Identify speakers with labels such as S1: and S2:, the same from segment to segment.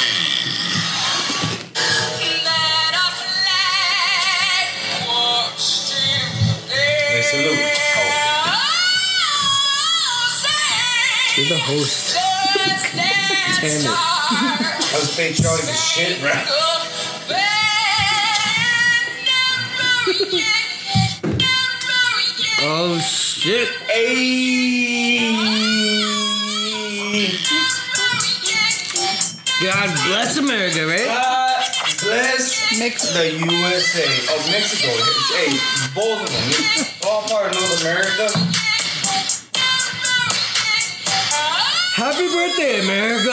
S1: Fergie.
S2: They salute.
S3: You're the host. Damn it.
S2: Us patriotic as shit, bro.
S3: Oh shit.
S2: Hey.
S3: God bless America, right?
S2: God bless Mex- the USA. Oh, Mexico. Hey, both of them. All part of North America.
S3: Happy birthday, America!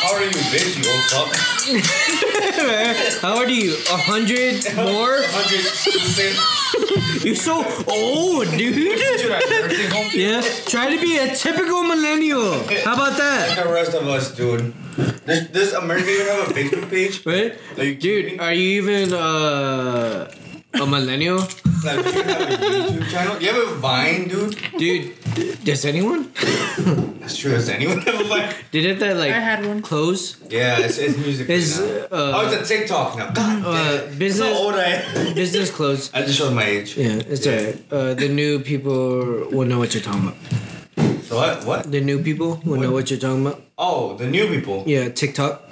S2: How are you, bitch? You old fuck.
S3: How old are you? A hundred more?
S2: 100 stupid.
S3: You're so old, dude.
S2: Should I nursing home?
S3: Yeah, try to be a typical millennial. How about that?
S2: The rest of us, dude. Does, does America even have a Facebook page?
S3: Right?
S2: Are you kidding?
S3: Dude, are you even uh, a millennial?
S2: Like, do you have a YouTube channel? Do you have a Vine, dude?
S3: Dude, does anyone?
S2: That's true. Does anyone have a Vine?
S3: Didn't that like
S4: I had one.
S3: close?
S2: Yeah, it's, it's music.
S3: Is,
S2: now.
S3: uh,
S2: oh, it's a TikTok now. God
S3: uh,
S2: damn.
S3: business-
S2: How old I am.
S3: Business closed.
S2: I just showed my age.
S3: Yeah, it's alright. Uh, the new people will know what you're talking about.
S2: So what? What?
S3: The new people will know what you're talking about.
S2: Oh, the new people.
S3: Yeah, TikTok.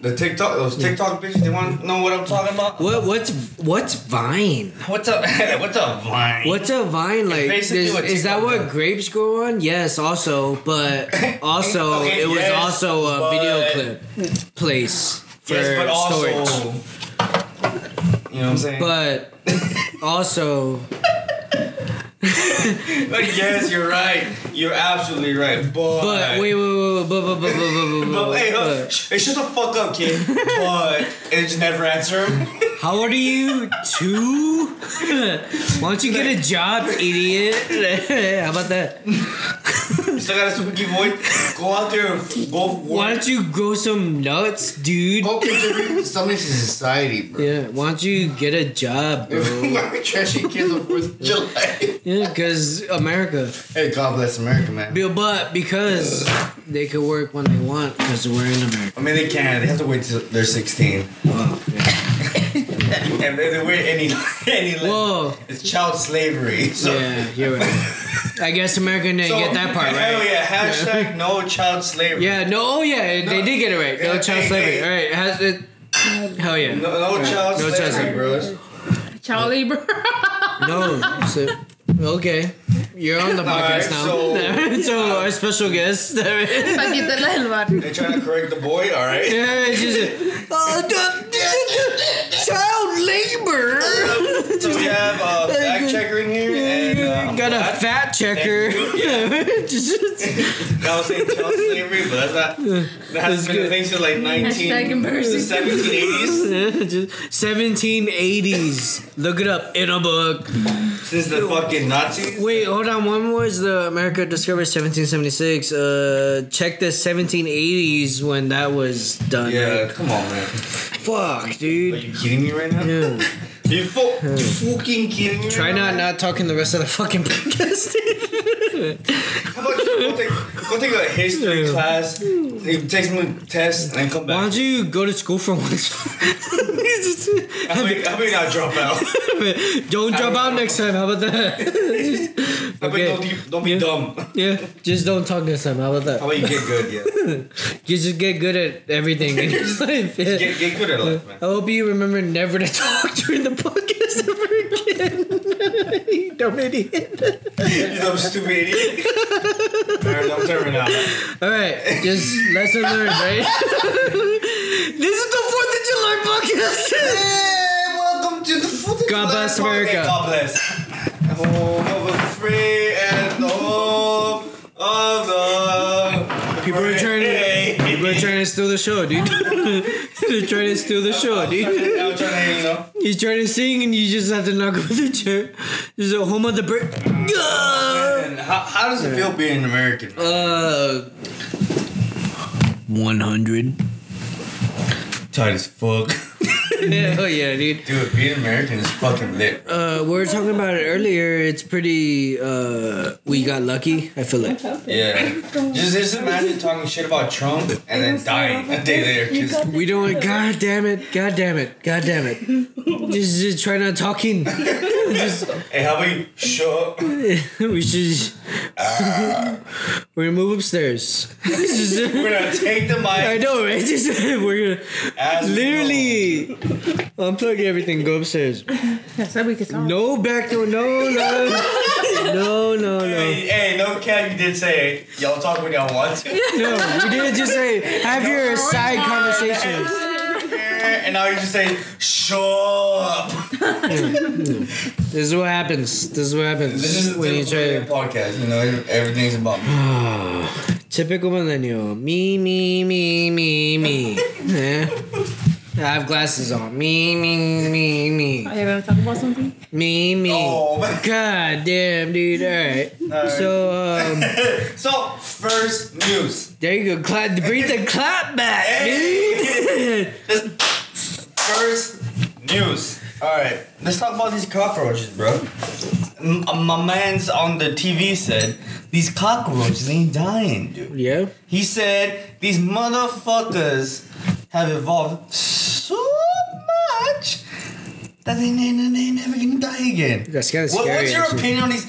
S2: The TikTok. Those TikTok bitches. They want to know what I'm talking about.
S3: What what's what's Vine?
S2: What's up? What's up, Vine?
S3: What's a vine like?
S2: basically
S3: Is,
S2: what
S3: is that
S2: TikTok
S3: what
S2: does.
S3: grapes grow on? Yes, also, but also
S2: Okay,
S3: it was
S2: yes,
S3: also a video
S2: but-
S3: clip place for
S2: Yes, but also.
S3: storage.
S2: You know what I'm saying?
S3: But also,
S2: But yes, you're right. You're absolutely right. But,
S3: but wait, wait, wait, wait, but but but but but but,
S2: But, hey, huh,
S3: but-
S2: hey, shut the fuck up, kid. but and just never answer him.
S3: how old are you? Two? Why don't you get a job, idiot? how about that?
S2: You still got a squeaky voice. Go out there and go
S3: Why
S2: work.
S3: don't you grow some nuts, dude?
S5: Go contribute something to society, bro.
S3: Yeah, why don't you get a job, bro?
S5: Why are we trashing kids on 4th of July?
S3: Yeah, because America.
S5: hey, God bless America, man.
S3: Bill, but because they could work when they want because we're in America.
S2: I mean, they can. They have to wait till they're 16. Oh,
S3: Wow.
S2: And they, they wait any any length.
S3: Whoa.
S2: It's child slavery. So.
S3: Yeah, you're right. I guess America didn't
S2: So,
S3: get that part
S2: Hell
S3: right.
S2: yeah! Hashtag no child slavery.
S3: Yeah, no, oh yeah, they did get it right. No
S2: Yeah,
S3: child
S2: hey,
S3: slavery.
S2: hey.
S3: All right, has it, hell yeah.
S2: No, no child
S3: No
S2: slavery,
S3: child slavery.
S2: bros.
S4: Child labor.
S3: No, so, okay. You're on the
S2: right,
S3: podcast now. So,
S2: so-
S3: our special guest. yeah,
S4: Paquita del barrio.
S2: They trying to correct the boy. All right.
S3: it's just a,
S2: Oh,
S3: uh, duh, child labor.
S2: So we have a fact checker in here, and uh,
S3: Got a fat checker. Just-
S2: I was saying child slavery, but that's not. That has been a
S3: good.
S2: thing since like
S4: Hashtag
S2: 19,
S4: embarrassing.
S2: 1780s.
S3: Just 1780s. Look it up in a book.
S2: Since the fucking Nazis.
S3: Wait, hold on. One more is the America discovered 1776. Uh, check the 1780s when that was done.
S2: Yeah, come on, man.
S3: Fuck,
S2: Are
S3: dude.
S2: you kidding me right now?
S3: Yeah.
S2: You, fu- you fucking kidding me?
S3: Try
S2: right
S3: not
S2: now?
S3: not talking the rest of the fucking podcast.
S2: How about you go take, go take a history
S3: Yeah.
S2: class, take take some tests, and then come
S3: Why
S2: back.
S3: don't you go to school for once?
S2: I mean, I mean, I drop out.
S3: don't drop out next time. How about that?
S2: I mean, don't, be- don't be
S3: Yeah.
S2: dumb.
S3: yeah, just don't talk next time. How about that?
S2: How about you get good? Yeah,
S3: You just get good at everything in your life. yeah.
S2: get, get good at life, man.
S3: I hope you remember never to talk during the podcast ever again. you dumb idiot.
S2: You dumb stupid idiot. Alright, I'm turning out.
S3: All right, just lesson learned, right? this is the Fourth of July podcast.
S2: Hey, welcome to the Food and
S3: God
S2: Blood
S3: bless
S2: Podcast.
S3: America.
S2: God bless. Home of the free and the home of the.
S3: People are trying to, people are trying to steal the show, dude. They're trying to steal the show, dude.
S2: I'm trying to, you know.
S3: You try to sing and you just have to knock over the chair. There's a home of the bird.
S2: And how, how does it feel being an American? man?
S3: Uh, one hundred.
S2: Tight as fuck.
S3: Hell yeah, dude.
S5: Dude, being American is fucking lit. bro.
S3: Uh, we were talking about it earlier. It's pretty. Uh, we got lucky. I feel like.
S2: Yeah. Just, just imagine talking shit about Trump and then dying a day later. 'cause-
S3: We don't. God damn it! God damn it! God damn it! Just, just try not talking. Just,
S2: Hey, how about you show up?
S3: we should. we're gonna move upstairs.
S2: We're gonna take the
S3: I
S2: mic.
S3: know, right? Just, we're gonna
S2: As we
S3: literally unplug everything. Go upstairs.
S4: That's how we can solve.
S3: No back door. No, no, no,
S2: go.
S3: no, no.
S2: Hey, hey, no cat, you did say y'all talk when y'all want to.
S3: No, we didn't just say have your side conversations.
S2: and now you just say, show up.
S3: This is what happens. This is what happens
S2: This is
S3: when you
S2: a
S3: try.
S2: podcast, you know, everything's about me.
S3: Typical millennial. Me, me, me, me, me. yeah. I have glasses on. Me, me, me, me.
S4: Are you gonna talk about something?
S3: Me, me.
S2: Oh, man.
S3: God damn, dude. All right. So, um,
S2: So, first news.
S3: there you go. Clap, bring the clap back, dude.
S2: Hey. First news. Alright, let's talk about these cockroaches, bro. M- my man's on the TV said, these cockroaches ain't dying, dude.
S3: yeah.
S2: He said these motherfuckers have evolved so much that they ain't, they ain't never gonna die again.
S3: That's kinda
S2: What-
S3: scary,
S2: What's your
S3: actually.
S2: opinion on these?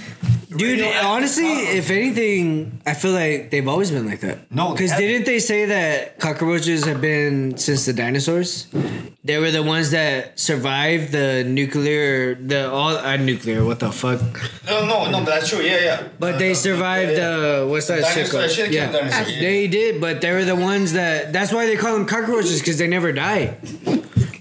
S3: Dude,
S2: radioactive
S3: honestly,
S2: cockroaches?
S3: if anything, I feel like they've always been like that.
S2: No, they
S3: because
S2: haven't.
S3: didn't they say that cockroaches have been since the dinosaurs? They were the ones that survived the nuclear, the all uh, nuclear. What the fuck?
S2: no, no, no, but that's true. Yeah, yeah.
S3: But they survived. Uh, what's that shit
S2: Dinosaur,
S3: called?
S2: that shit killed dinosaurs, yeah.
S3: they did, but they were the ones that. That's why they call them cockroaches because they never die.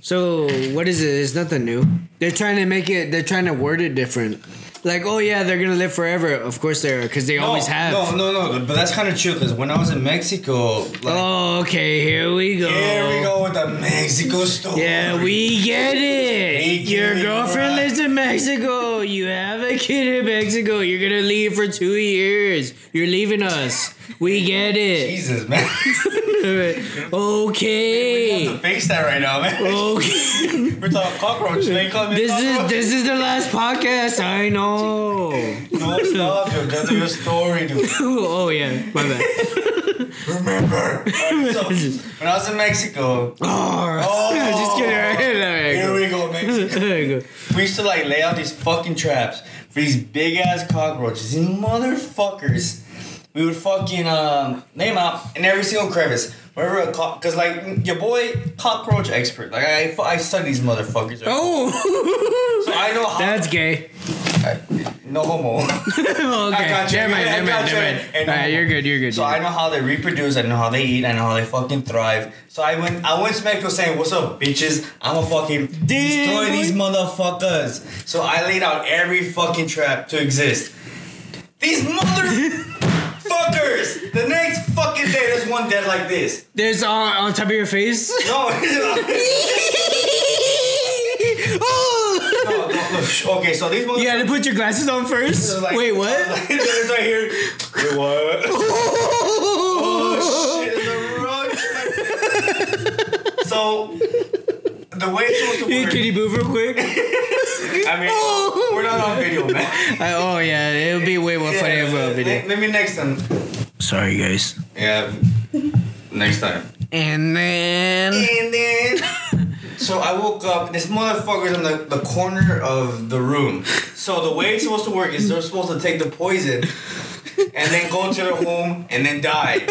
S3: So what is it? It's nothing new. They're trying to make it. They're trying to word it different. Like, oh yeah, they're gonna live forever. Of course they are, because they always have.
S2: No, no, no. But that's kind of true because when I was in Mexico, like,
S3: Oh, okay. Here we go.
S2: here we go with the Mexico story.
S3: Oh. Yeah, we get it.
S2: We get
S3: Your
S2: it,
S3: girlfriend
S2: bruh.
S3: lives in Mexico. You have a kid in Mexico. You're gonna leave for two years. You're leaving us. We get it.
S2: Jesus, man.
S3: Okay.
S2: Face that right now, man.
S3: Okay.
S2: We're talking cockroaches. They call me
S3: Oh. This is
S2: cockroaches.
S3: this is the last podcast. I know.
S2: No, stop, dude. That's your story, dude.
S3: Oh yeah, my bad.
S2: Remember. Alright, so, when I was in Mexico,
S3: Oh,
S2: Oh.
S3: just kidding.
S2: here
S3: All right,
S2: we go, Mexico.
S3: there you go.
S2: We used to like lay out these fucking traps for these big ass cockroaches. These motherfuckers. We would fucking um, name out in every single crevice. Wherever a cock, cause like your boy cockroach expert. Like I, I study these motherfuckers.
S3: Oh,
S2: So I know how.
S3: that's gay.
S2: no homo.
S3: okay.
S2: got you. I got
S3: Never mind. Never mind.
S2: you.
S3: Never mind.
S2: And-
S3: All right, you're good. You're good.
S2: So
S3: you're
S2: I
S3: good.
S2: know how they reproduce, I know how they eat, I know how they fucking thrive. So I went I went to Mexico saying, What's up, bitches? I'ma fucking destroy
S3: boy.
S2: these motherfuckers. So I laid out every fucking trap to exist. These motherfuckers! The next fucking day there's one dead like this.
S3: There's on on top of your face.
S2: No,
S3: oh!
S2: no, no, no, shh. okay, so these motherfuckers
S3: You had to put your glasses on first.
S2: like-
S3: Wait, what?
S2: it's right here. Wait, what?
S3: Oh,
S2: Shit, it's a road trip. so the way it's supposed to work.
S3: Can you move real quick?
S2: I mean, we're not on video, man.
S3: I- oh yeah, it'll be way more funny if we're on video.
S2: Maybe next time.
S3: Sorry guys.
S2: Yeah, next time.
S3: And then
S2: And then, so I woke up. This motherfucker's in the, the corner of the room. So the way it's supposed to work is they're supposed to take the poison and then go to their home and then die.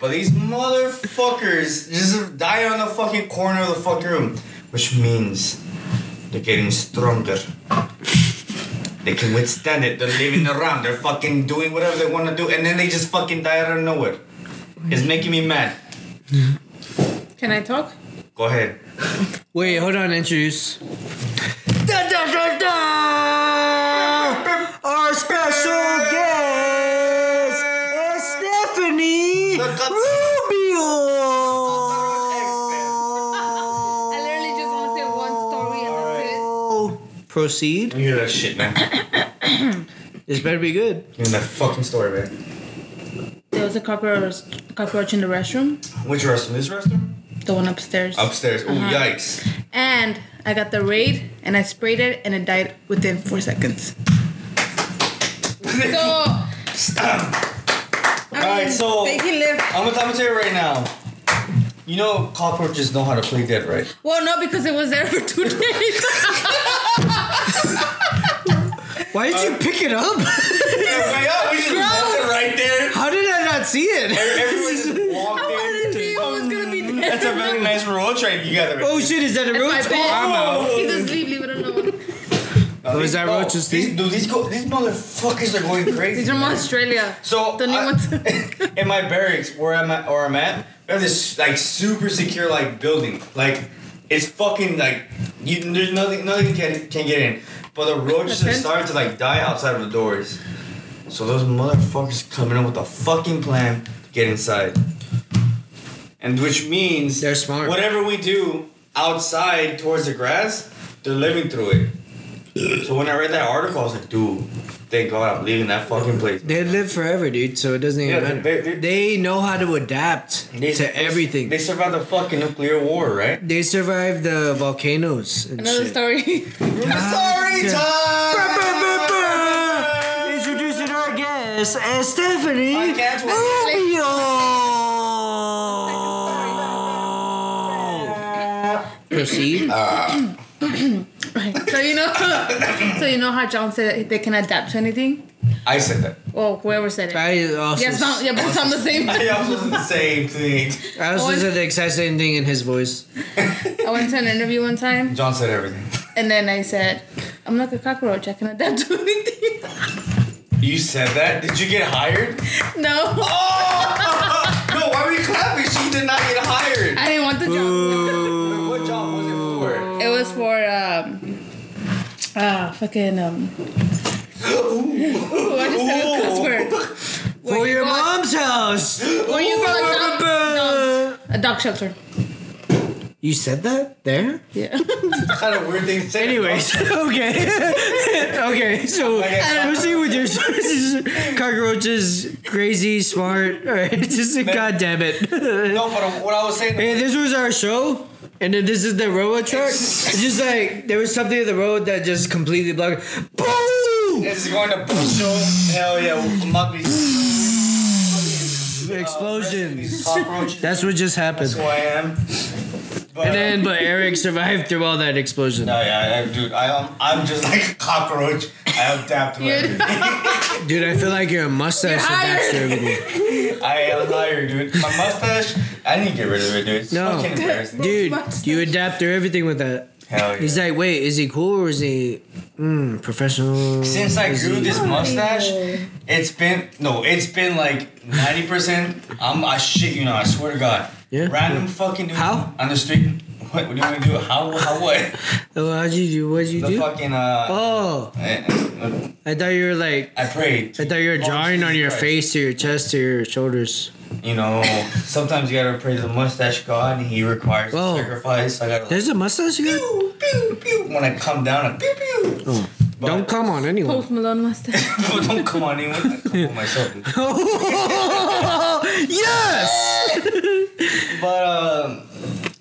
S2: But these motherfuckers just die on the fucking corner of the fucking room, which means they're getting stronger. They can withstand it. They're living around. They're fucking doing whatever they want to do, and then they just fucking die out of nowhere. It's making me mad.
S4: Can I talk?
S2: Go ahead.
S3: wait, hold on, introduce. Our special guest is Stephanie
S2: Look up-
S3: Rubio.
S1: I literally just want to say one story and that's it.
S3: Proceed.
S2: You hear that shit, man.
S3: This better be good.
S2: Give me that fucking story, man.
S4: There was a cockroach, cockroach in the restroom,
S2: Which restroom? This restroom?
S4: the one upstairs.
S2: Upstairs. Oh, yikes.
S4: And I got the raid and I sprayed it and it died within four seconds.
S2: Alright,
S1: So.
S2: so
S1: They can live.
S2: I'm gonna, I'm gonna tell you right now. You know cockroaches know how to play dead, right?
S4: Well, no, because it was there for two days.
S3: Why did you pick it up?
S2: yeah, we just left it right there.
S3: How did I not see it?
S2: Everyone just walked
S4: I wanted to see what was gonna be
S2: in.
S4: there.
S2: Hmm, That's a really nice road train you got there.
S3: Oh shit! Is that a
S4: My
S3: roach?
S4: bed.
S2: out.
S4: He's asleep, leave it alone.
S2: No,
S3: Was
S2: these-
S3: that
S2: no,
S3: roaches
S2: these-
S3: thing?
S2: Dude, these, go, these motherfuckers are going crazy.
S4: These are from Australia.
S2: So
S4: The new
S2: I-
S4: ones.
S2: in my barracks, where I'm at, or I'm at, we have this like super secure like building. Like it's fucking like you. There's nothing, nothing can can get in. But the roaches are
S4: Okay.
S2: starting to like die outside of the doors. So those motherfuckers coming up with a fucking plan to get inside. And which means
S3: They're smart.
S2: Whatever we do outside towards the grass, they're living through it. so when I read that article, I was like, dude, thank God I'm leaving that fucking place.
S3: They live forever, dude. So it doesn't even
S2: Yeah,
S3: matter. They,
S2: they- they-
S3: know how to adapt
S2: They-
S3: to everything.
S2: They
S3: They,
S2: survived the fucking nuclear war, right?
S3: survived the volcanoes and
S4: Another
S3: shit.
S4: story.
S2: sorry,
S3: yeah.
S2: Todd.
S3: Introducing our guest, uh, Stephanie.
S2: I can't wait.
S3: Rubio. Proceed.
S2: Uh,
S4: so you know, so you know how John said they can adapt to anything.
S2: I said that.
S4: Well, whoever said it.
S3: I also,
S4: Yes, not, yeah, both sound the same.
S2: I also said the same thing.
S3: I also said the exact same thing in his voice.
S4: I went to an interview one time,
S2: John said everything.
S4: and then I said, "I'm like a cockroach. I can adapt to anything."
S2: You said that? Did you get hired?
S4: no,
S2: Oh! no, why were you clapping? She did not get hired.
S4: I didn't want the job.
S2: What job was it for?
S4: It was for um, ah, fucking um. Ooh, I just said a cuss word. Where
S3: For
S4: you
S3: your
S4: go-
S3: mom's house.
S4: Where you go? a dog-
S3: Ba-ba-ba.
S4: A dog shelter.
S3: You said that there?
S4: Yeah.
S2: kind of weird thing to say.
S3: Anyways, okay. okay, so proceed with your sources. Cockroaches, crazy, smart. All right, just god damn it.
S2: No, but what I was saying.
S3: Hey, this was our show, and then this is the railroad track. It's just like there was something in the road that just completely blocked. Boom!
S2: This is going to show. Hell yeah, muggy.
S3: Explosions.
S2: Cockroaches.
S3: That's what just happened.
S2: That's who I am. But,
S3: And
S2: uh,
S3: then, but Eric survived through all that explosion.
S2: No, yeah, I, dude, I am, I'm just like a cockroach. I adapt to
S4: You're-
S2: everything.
S3: Dude, I feel like your mustache
S4: You're
S3: adapts to everything.
S2: I am tired, dude. My mustache, I need to get rid of it, dude. It's
S3: No.
S2: fucking embarrassing.
S3: Dude,
S4: mustache.
S3: you adapt to everything with that.
S2: Hell yeah.
S3: He's like, wait, is he cool or is he mm, professional?
S2: Since I
S3: Is
S2: grew
S3: he-
S2: this mustache, it's been no, it's been like ninety percent. I'm I shit you know. I swear to God.
S3: Yeah?
S2: Random fucking dude
S3: How?
S2: on the street. What, what do you want to do? How? How? What?
S3: Oh, how'd you do? What'd you
S2: The
S3: do?
S2: fucking uh.
S3: Oh,
S2: I,
S3: I thought you were like,
S2: I prayed.
S3: I thought you were
S2: Oh,
S3: drawing on
S2: Jesus
S3: your
S2: Christ.
S3: face to your chest to your shoulders.
S2: You know, sometimes you gotta praise the mustache god. and He requires
S3: Whoa.
S2: sacrifice. I gotta.
S3: There's a mustache you got?
S2: pew, pew, pew. When I come down, I pew pew. But-
S3: Don't come on anyone.
S4: Post Malone mustache.
S2: don't come on anyone. I come on myself. Oh,
S3: yes!
S2: But um,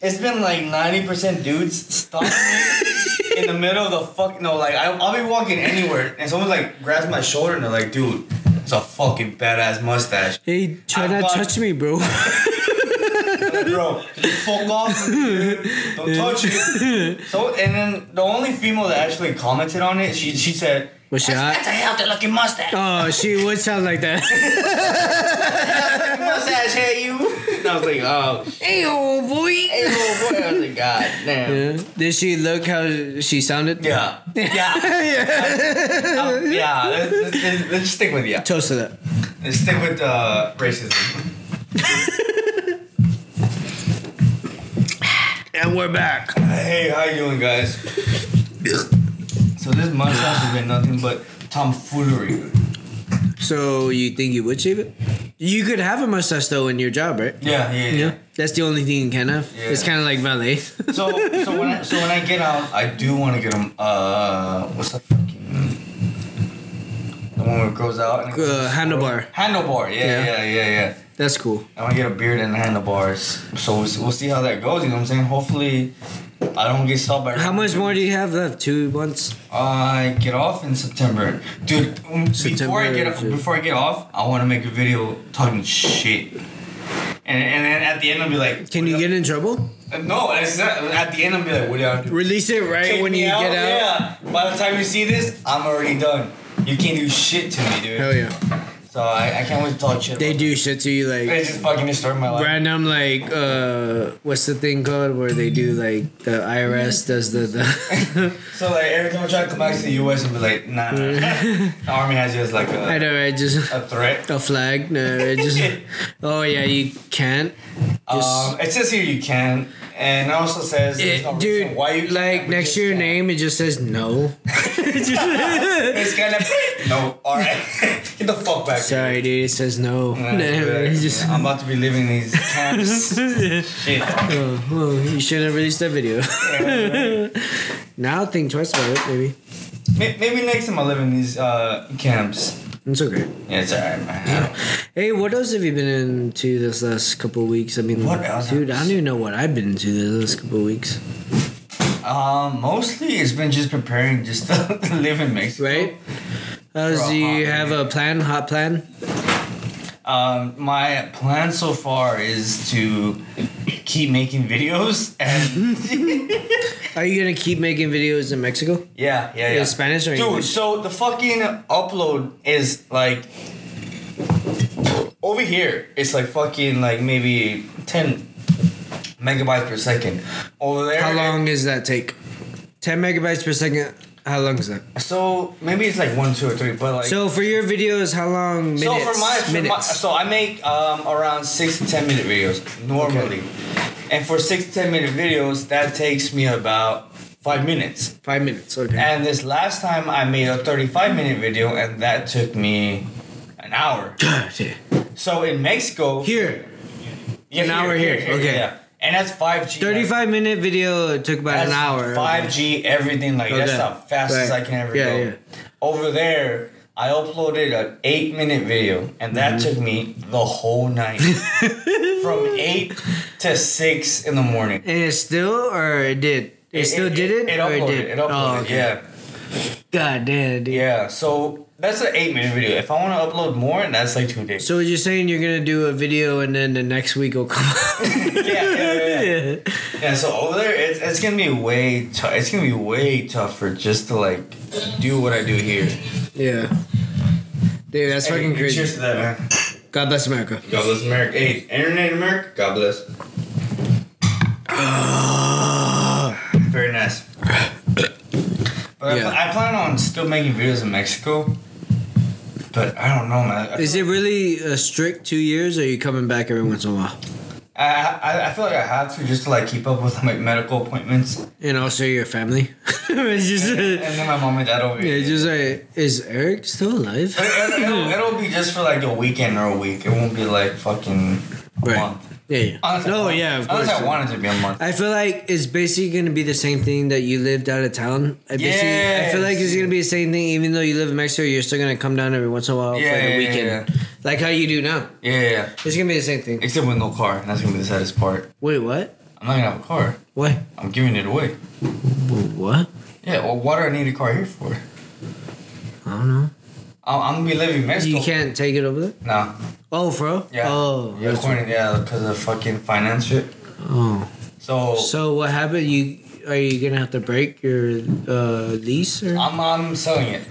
S2: it's been like ninety percent dudes stopping me in the middle of the fuck. No, like I, I'll be walking anywhere and someone like grabs my shoulder and they're like, "Dude, it's a fucking badass mustache,
S3: Hey, try
S2: I
S3: not
S2: got-
S3: touch me, bro.
S2: bro. can you Fuck off, dude. don't touch it." So and then the only female that actually commented on it, she she said.
S3: Was she
S2: That's, that's
S3: hot?
S2: a healthy looking mustache.
S3: Oh, she would sound like that.
S2: mustache, hey you. And I was like, oh,
S4: hey, old boy.
S2: hey little boy. I was like, god damn.
S3: Yeah. Did she look how she sounded?
S2: Yeah. Yeah. yeah. yeah. Let's, let's- let's- let's stick with yeah.
S3: Toast to that.
S2: Let's stick with uh, racism.
S3: And we're back.
S2: Hey, how you doing, guys? so this mustache has been nothing but tomfoolery.
S3: So you think you would shave it? You could have a mustache though in your job, right?
S2: Yeah, yeah, yeah.
S3: That's the only thing you can have.
S2: Yeah.
S3: It's kind of like valet.
S2: So, so when I, so when I get out, I do want to get him. Uh, what's that fucking? The one where it goes out. And it
S3: Uh, handlebar.
S2: handlebar. Yeah,
S3: Yeah.
S2: yeah, yeah, yeah.
S3: That's cool.
S2: I'm gonna get a beard and handlebars. So we'll, we'll see how that goes. You know what I'm saying? Hopefully, I don't get stopped by.
S3: How much more do you have left? Two months.
S2: I get off in September, dude. um, before I
S3: September
S2: get
S3: is it?
S2: before I get off, I want to make a video talking shit. And, and then at the end I'll be like,
S3: Can you get in trouble?
S2: get? No, it's not, at the end I'll be like, what do I do?
S3: Release it right
S2: Take
S3: when
S2: me
S3: you get out.
S2: Yeah. By the time you see this, I'm already done. You can't do shit to me, dude.
S3: Hell yeah.
S2: So I, I can't wait to talk shit.
S3: They
S2: about
S3: do shit to you like.
S2: it. It's just fucking destroyed my life.
S3: random like uh what's the thing called where they do like the IRS does the, the
S2: So like every time I try to come back to the U.S. and be like, nah, nah, nah. the army has you as like
S3: I
S2: a,
S3: know I just
S2: a threat.
S3: a flag no I just oh yeah you can't just
S2: Um, it says here you can, and it also says there's
S3: It-
S2: no reason
S3: dude
S2: why you can't,
S3: like
S2: but
S3: next
S2: just
S3: to your
S2: can.
S3: name it just says no
S2: It's kind of no. All right, get the fuck back. here.
S3: sorry dude it says no
S2: Nah,
S3: Nah,
S2: relax.
S3: it just
S2: I'm about to be living these camps. Shit.
S3: oh, well, you shouldn't have released that video now I'll think twice about it maybe
S2: May- Maybe next time I live in these uh, camps.
S3: it's okay
S2: Yeah, it's alright, man.
S3: hey what else have you been into this last couple of weeks I mean
S2: What else?
S3: dude I don't even know what I've been into this last couple of weeks
S2: Um, mostly it's been just preparing just to live in Mexico.
S3: right? Uh,
S2: For a
S3: do you
S2: hot
S3: have a plan? Hot plan?
S2: Um, my plan so far is to keep making videos and
S3: Are you gonna keep making videos in Mexico?
S2: yeah, yeah, yeah.
S3: In Spanish or
S2: Dude,
S3: English?
S2: so the fucking upload is like over here. It's like fucking like maybe ten megabytes per second. Over there,
S3: How long does that take? Ten megabytes per second. How long is that?
S2: So maybe it's like one, two, or three. But like
S3: So for your videos, how long? Minutes.
S2: So for my, for my
S3: minutes.
S2: so I make um, around six to ten minute videos normally, and for six to ten minute videos that takes me about five minutes.
S3: Five minutes. Okay.
S2: And this last time I made a thirty five minute video and that took me an hour.
S3: God, yeah.
S2: So in Mexico,
S3: Here,
S2: yeah,
S3: an hour here, okay.
S2: yeah, and that's five G.
S3: thirty-five minute video it took about an hour.
S2: Five G everything like that's
S3: Okay.
S2: how fast as I
S3: Right.
S2: can ever
S3: Yeah,
S2: go.
S3: yeah.
S2: Over there, I uploaded an eight minute video, and that
S3: Mm-hmm.
S2: took me the whole night from eight to six in the morning.
S3: And it still, or it did. It, still did it,
S2: It
S3: or
S2: uploaded.
S3: it did.
S2: It uploaded.
S3: okay.
S2: Yeah,
S3: God damn, dude.
S2: yeah. So that's an eight minute video. If I want to upload more, that's like two days.
S3: So you're saying you're gonna do a video and then the next week will come out?
S2: yeah, yeah, yeah. yeah.
S3: yeah.
S2: Yeah, so over there, it's, it's gonna be way tough. It's gonna be way tougher just to like do what I do here.
S3: Yeah. Dude, that's fucking
S2: Hey,
S3: crazy.
S2: Cheers to that, man.
S3: God bless America.
S2: God bless America. Hey, Internet America, God bless. Very nice. But
S3: Yeah.
S2: I, I plan on still making videos in Mexico, but I don't know, man. I,
S3: Is it really a strict two years, or are you coming back every once in a while?
S2: I, I, I feel like I have to just to like keep up with my medical appointments, and,
S3: And also your family. it's just,
S2: and then my mom and dad over
S3: yeah,
S2: here.
S3: it's just like, is Eric still alive?
S2: But it, will it'll be just for like a weekend or a week. It won't be like fucking a
S3: right.
S2: month.
S3: Yeah, yeah.
S2: Unless I
S3: no,
S2: want-
S3: yeah, of course.
S2: unless I wanted to be a month.
S3: I feel like it's basically gonna be the same thing that you lived out of town. I basically, I feel like it's
S2: Yes.
S3: gonna be the same thing, even though you live in Mexico, you're still gonna come down every once in a while
S2: Yeah,
S3: for the
S2: yeah,
S3: weekend,
S2: yeah,
S3: like how you do now.
S2: Yeah, yeah, yeah.
S3: It's gonna be the same thing.
S2: Except with no car. and That's gonna be the saddest part.
S3: Wait, what?
S2: I'm not gonna have a car.
S3: What?
S2: I'm giving it away.
S3: What?
S2: Yeah, well, what do I need a car here for?
S3: I don't know.
S2: I'm, I'm gonna be living in Mexico.
S3: You can't take it over there.
S2: Nah.
S3: Oh, bro.
S2: Yeah.
S3: Oh.
S2: Yeah,
S3: that's-
S2: according, yeah, because of fucking finance shit.
S3: oh.
S2: So,
S3: So what happened? You are you gonna have to break your uh, lease or?
S2: I'm I'm selling it.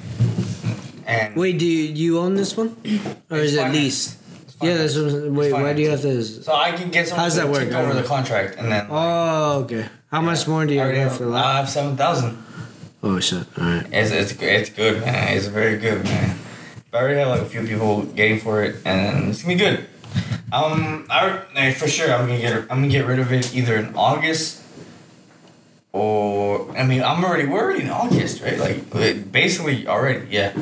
S2: And
S3: Wait, do you, you own this one, or is it
S2: finance.
S3: leased?
S2: it's
S3: Yeah,
S2: finance.
S3: that's what I'm, wait. Why do you have to?
S2: So I can get someone
S3: How's
S2: to
S3: that work?
S2: take
S3: I
S2: over
S3: don't
S2: the
S3: know.
S2: contract, and then
S3: Oh, okay. How much more do
S2: I
S3: you
S2: already
S3: have
S2: have,
S3: for
S2: I
S3: life?
S2: have seven thousand.
S3: Oh shit! All right.
S2: It's, it's it's good, man. It's very good, man. I already have like a few people getting for it, and it's gonna be good. Um, I like, for sure I'm gonna get I'm gonna get rid of it either in August, or I mean I'm already we're already in August, right? Like like, basically already, yeah.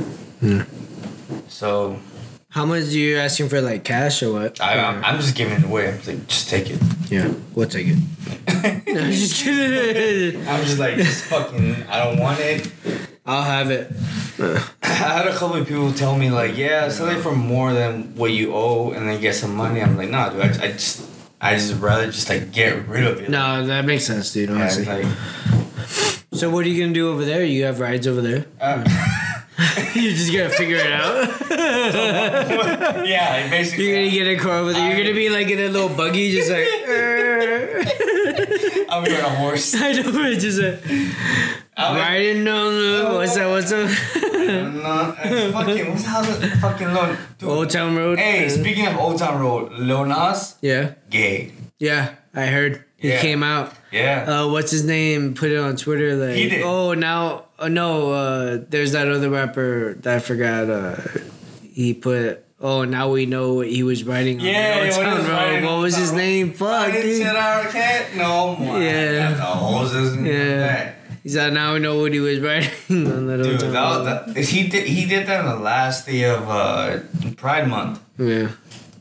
S2: So
S3: How much do you asking for, like cash or what?
S2: I I'm, I'm just giving it away. I'm just like just take it.
S3: yeah, we'll take it. No, I'm just kidding.
S2: I'm just like just fucking I don't want it.
S3: I'll have it.
S2: had a couple of people tell me like, yeah, sell it for more than what you owe, and then get some money. I'm like, nah, dude, I, I just, I just rather just like get rid of it.
S3: No, that makes sense, dude.
S2: Yeah,
S3: Honestly.
S2: it's like,
S3: so what are you gonna do over there? You have rides over there.
S2: uh,
S3: you just gotta figure it out.
S2: yeah, it basically.
S3: You're gonna get a car over there. You're gonna be like in a little buggy, just like.
S2: I'm on a horse.
S3: I know, but it's just like
S2: I'm like,
S3: riding on the what's that? What's up?
S2: no, it's fucking, what's the house? Fucking loan. Dude,
S3: Old Town Road.
S2: hey, speaking of Old Town Road, Lil Nas,
S3: Yeah,
S2: gay.
S3: yeah. I heard he
S2: Yeah.
S3: came out.
S2: Yeah.
S3: Uh, what's his name? Put it on Twitter. Like,
S2: He did.
S3: oh, now, oh, no. Uh, there's that other rapper that I forgot. Uh, he put. Oh, now we know what he was writing.
S2: Yeah,
S3: on Old
S2: what he
S3: Town
S2: was
S3: Road.
S2: writing
S3: What
S2: on
S3: was
S2: Old
S3: his
S2: Town Road.
S3: name? Fuck,
S2: Fucking
S3: dude.
S2: shit out of cat no more.
S3: Yeah.
S2: The horses and
S3: Yeah.
S2: that.
S3: He's like, now we know what he was writing on that
S2: Dude, that
S3: Old Town
S2: was,
S3: Road.
S2: that, he did he did that on the last day of uh, Pride Month,
S3: Yeah.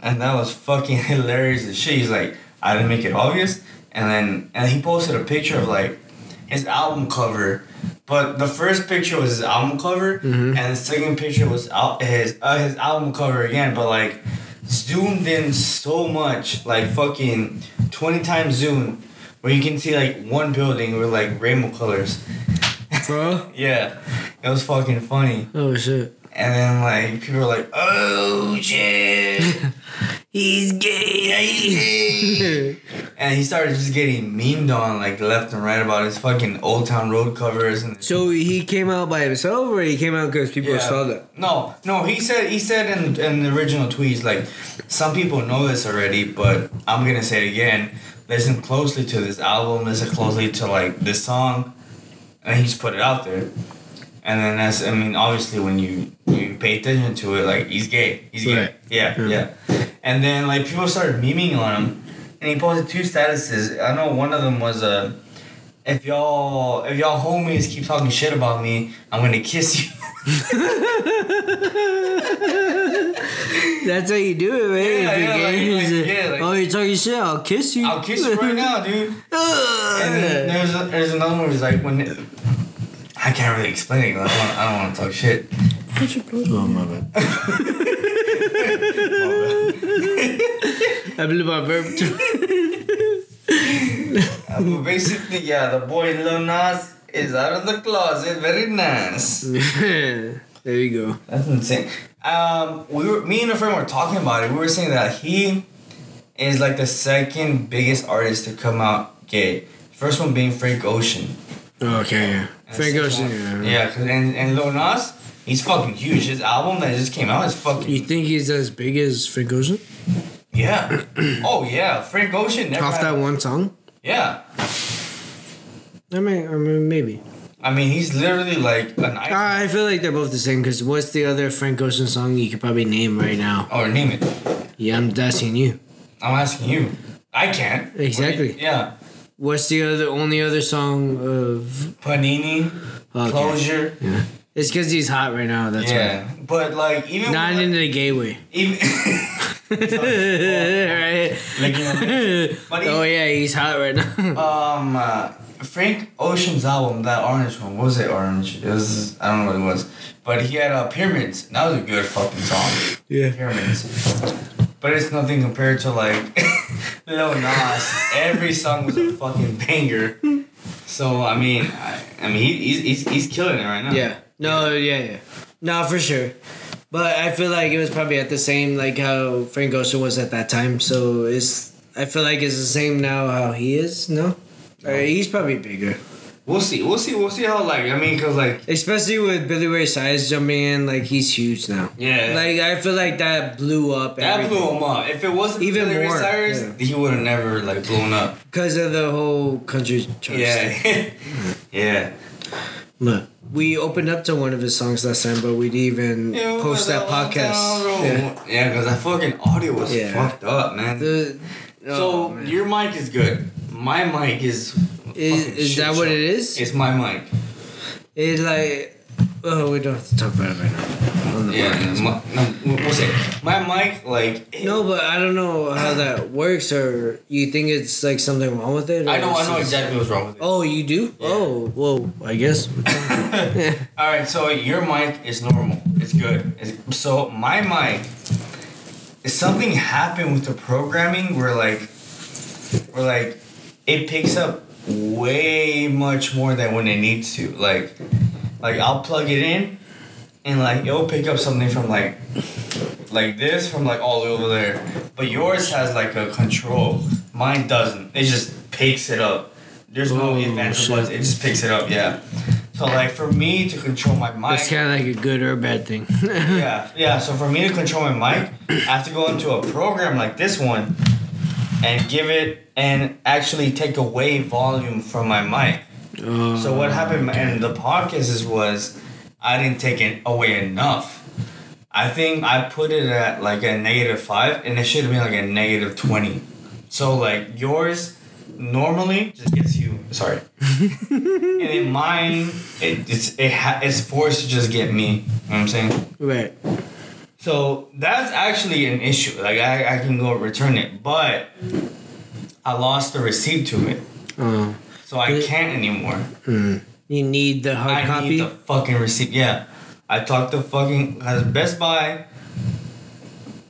S2: and that was fucking hilarious as shit. He's like, I didn't make it obvious, and then and he posted a picture of like his album cover, but the first picture was his album cover, and the second picture was out his uh, his album cover again, but like zoomed in so much, like fucking twenty times zoom, where you can see like one building with like rainbow colors.
S3: Bro.
S2: Yeah, it was fucking funny.
S3: Oh shit.
S2: And then like people are like, oh shit,
S3: He's gay.
S2: and he started just getting memed on like left and right about his fucking Old Town Road covers and.
S3: so he came out by himself, or he came out because people saw that.
S2: No, no, he said he said in in the original tweets like, some people know this already, but I'm gonna say it again. Listen closely to this album. Listen closely to like this song, and he just put it out there. And then that's I mean obviously when you when you pay attention to it like he's gay he's gay
S3: Right.
S2: yeah
S3: Yeah.
S2: yeah, and then like people started memeing on him, and he posted two statuses. I know one of them was Uh, if y'all if y'all homies keep talking shit about me, I'm gonna kiss you.
S3: That's how you do it, man.
S2: Yeah,
S3: if
S2: yeah, like-
S3: you're gay,
S2: like,
S3: you say,
S2: yeah, like-
S3: oh, you're talking shit. I'll kiss you.
S2: I'll kiss you right now, dude. And then
S3: Ugh.
S2: there's a, there's another one who's like when I can't really explain it. 'cause I don't wanna- I don't want to talk shit.
S5: Oh my bad.
S3: I blew my burp too.
S2: Uh, but basically, yeah, the boy Lil Nas is out of the closet. Very nice.
S3: there you go.
S2: That's insane. Um, we were me and a friend were talking about it. We were saying that he is like the second biggest artist to come out gay. First one being Frank Ocean.
S3: Okay. Yeah. Frank
S2: second
S3: Ocean.
S2: one-
S3: yeah.
S2: Yeah, 'cause- and and Lil Nas, he's fucking huge. His album that just came out is fucking.
S3: You think he's as big as Frank Ocean?
S2: Yeah. oh yeah, Frank Ocean. Never
S3: Off
S2: had-
S3: that one song?
S2: Yeah.
S3: I mean, I mean maybe.
S2: I mean, he's literally like an icon.
S3: I I feel like they're both the same because what's the other Frank Ocean song you could probably name right now?
S2: Or Oh, name it.
S3: Yeah, I'm asking you.
S2: I'm asking you. I can't.
S3: Exactly.
S2: Yeah.
S3: What's the other only other song of?
S2: Panini,
S3: Okay.
S2: Closure.
S3: Yeah. It's because he's hot right now. That's
S2: Yeah. But like even
S3: why. Not
S2: with,
S3: in the gay way.
S2: even.
S3: right?
S2: Like, you know, Buddy.
S3: oh yeah, he's hot right now.
S2: um, uh, Frank Ocean's album, that orange one, what was it orange? It was I don't know what it was, but he had uh, pyramids. and That was a good fucking song.
S3: Yeah.
S2: pyramids. But it's nothing compared to like Lil Nas. Every song was a fucking banger. So I mean, I, I mean he, he's, he's he's killing it right now.
S3: yeah. No. Yeah. Yeah. No, for sure. But I feel like it was probably at the same like how Frank Ocean was at that time. So it's I feel like it's the same now how he is. No. Or he's probably bigger,
S2: We'll see. We'll see. We'll see how like I mean, cause like
S3: especially with Billy Ray Cyrus jumping in. Like he's huge now.
S2: yeah,
S3: Like I feel like that blew up.
S2: that blew him up. If it wasn't
S3: Even
S2: Billy Ray
S3: more,
S2: Cyrus,
S3: yeah.
S2: he would have never like blown up.
S3: because of the whole country charts.
S2: Yeah, yeah.
S3: Look, we opened up to one of his songs last time, but we didn't even post that podcast. Yeah.
S2: Yeah, yeah, cause that fucking audio was
S3: Yeah.
S2: fucked up, man.
S3: The,
S2: so
S3: oh, man.
S2: your mic is good. My mic is.
S3: is,
S2: fucking
S3: is
S2: shit
S3: that what
S2: show.
S3: it is?
S2: It's my mic.
S3: It's like, oh, we don't have to talk about it right now.
S5: on the
S2: Yeah,
S5: podcast.
S2: my, no, we'll say my mic like it-
S3: No, but I don't know how that works, or you think it's like something wrong with it? or
S2: I know I
S3: it's
S2: know
S3: just-
S2: exactly what's wrong with it.
S3: Oh, you do? Oh, well, I guess. Oh.
S2: All right, so your mic is normal. It's good. It's- so my mic, is something happened with the programming where like, where like, it picks up way much more than when it needs to. Like, like I'll plug it in, and like it'll pick up something from like, like this from like all over there. But yours has like a control. Mine doesn't. It just picks it up. There's no
S3: Oh,
S2: advanced
S3: shit.
S2: buttons. It just picks it up. Yeah. So like for me to control my mic,
S3: It's kind of like a good or bad thing.
S2: yeah, yeah. So for me to control my mic, I have to go into a program like this one, and give it and actually take away volume from my mic.
S3: Uh,
S2: So what happened in the podcast is was I didn't take it away enough. I think I put it at like a negative five, and it should have been like a negative twenty. So like yours normally just gets you sorry, and then mine it, it's it ha- it's forced to just get me. You know what I'm saying.
S3: right.
S2: So that's actually an issue. Like I, I can go return it, but I lost the receipt to it,
S3: Uh,
S2: so I can't anymore.
S3: you need the hard
S2: I
S3: copy.
S2: need the fucking receipt. Yeah, I talked to fucking uh, Best Buy.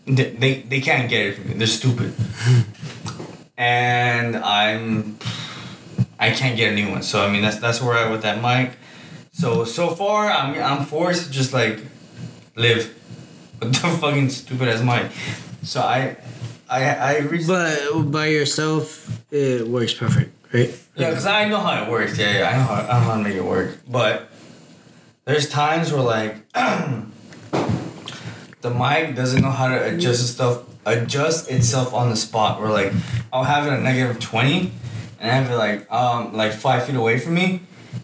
S2: They, they they can't get it. From me. They're stupid. and I'm I can't get a new one. So I mean that's that's where I with that mic. So so far I'm I'm forced to just like live with the fucking stupid ass mic. So I I I recently
S3: but by yourself, it works perfect, right?
S2: yeah, because I know how it works. Yeah, yeah, I know how, I know how to make it work. But there's times where like the mic doesn't know how to adjust itself, adjust itself on the spot. Where like I'll have it at negative twenty, and I have it like um like five feet away from me,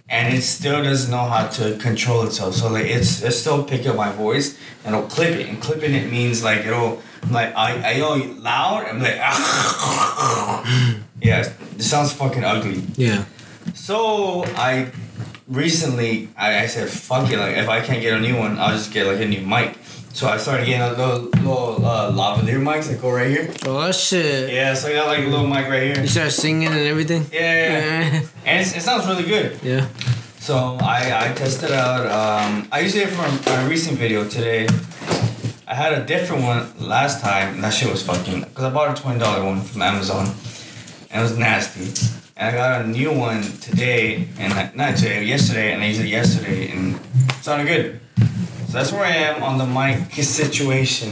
S2: and it still doesn't know how to control itself. So like it's it still pick up my voice and it'll clip it, and clipping it means like it'll like I I yell loud. I'm like yeah, it sounds fucking ugly.
S3: Yeah.
S2: So I recently I, I said fuck it like if I can't get a new one I'll just get like a new mic. So I started getting a little little uh, lavalier mics that go right here.
S3: Oh shit!
S2: Yeah, so I got like a little mic right here.
S3: You start singing and everything.
S2: Yeah,
S3: Yeah.
S2: and it's, it sounds really good.
S3: yeah.
S2: So I I tested out. Um, I used it from my recent video today. I had a different one last time, and that shit was fucking. Cause I bought a twenty dollar one from Amazon, and it was nasty. And I got a new one today, and I- not today, yesterday, and I used it yesterday, and it sounded good. So that's where I am on the mic situation.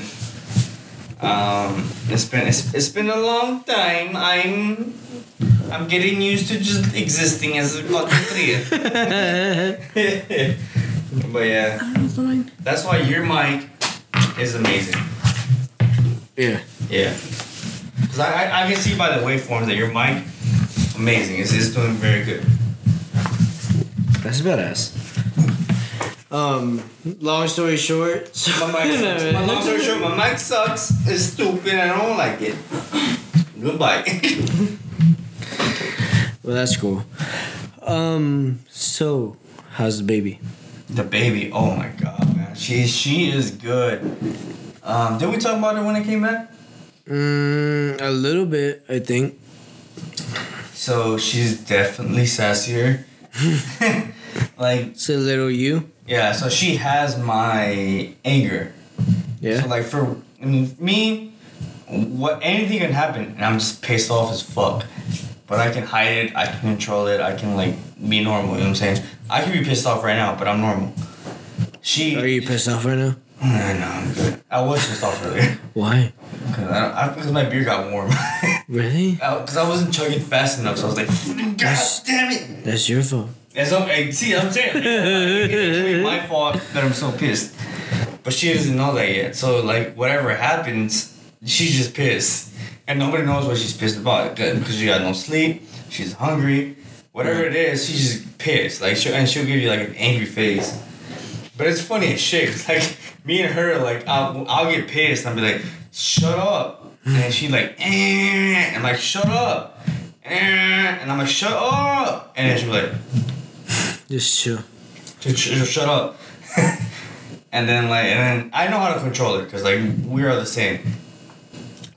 S2: Um, it's been it's, it's been a long time. I'm I'm getting used to just existing as a fucking trio. but yeah,
S4: I don't know what's going on.
S2: that's why your mic is amazing.
S3: Yeah.
S2: Yeah. Cause I, I, I can see by the waveforms that your mic amazing. It's, it's doing very good.
S3: That's badass. Um. Long story short. So
S2: My mic sucks. My long story short, my mic sucks. It's stupid. I don't like it. Goodbye.
S3: Well, that's cool. Um. So, how's the baby?
S2: the baby. Oh my god, man. She she is good. Um, did we talk about it when it came back?
S3: Mm, a little bit, I think.
S2: So she's definitely sassier. like
S3: It's a little you.
S2: yeah, so she has my anger.
S3: Yeah.
S2: So like for I mean, me, what anything can happen, and I'm just pissed off as fuck. But I can hide it. I can control it. I can like be normal. You know what I'm saying? I can be pissed off right now, but I'm normal. She.
S3: Are you pissed off right now?
S2: I know. I'm good. I was pissed off earlier
S3: Why?
S2: because I, I, 'cause my beer got warm.
S3: Really?
S2: Because I wasn't chugging fast enough, so I was like, God damn it!
S3: That's your fault.
S2: And so, and see, I'm saying like, it's my fault that I'm so pissed. But she doesn't know that yet. So like, whatever happens, she's just pissed, and nobody knows what she's pissed about. Good, because she got no sleep, she's hungry, whatever it is, she's just pissed. Like, she'll, and she'll give you like an angry face. But it's funny as shit. 'cause, like me and her, like I'll, I'll get pissed and I'll be like, "Shut up," and she like, eh, and like, "Shut up," eh, and I'm like, "Shut up," and then she'll be like.
S3: Just chill.
S2: Just, sh- just shut up. and then like and then I know how to control her because like we are the same.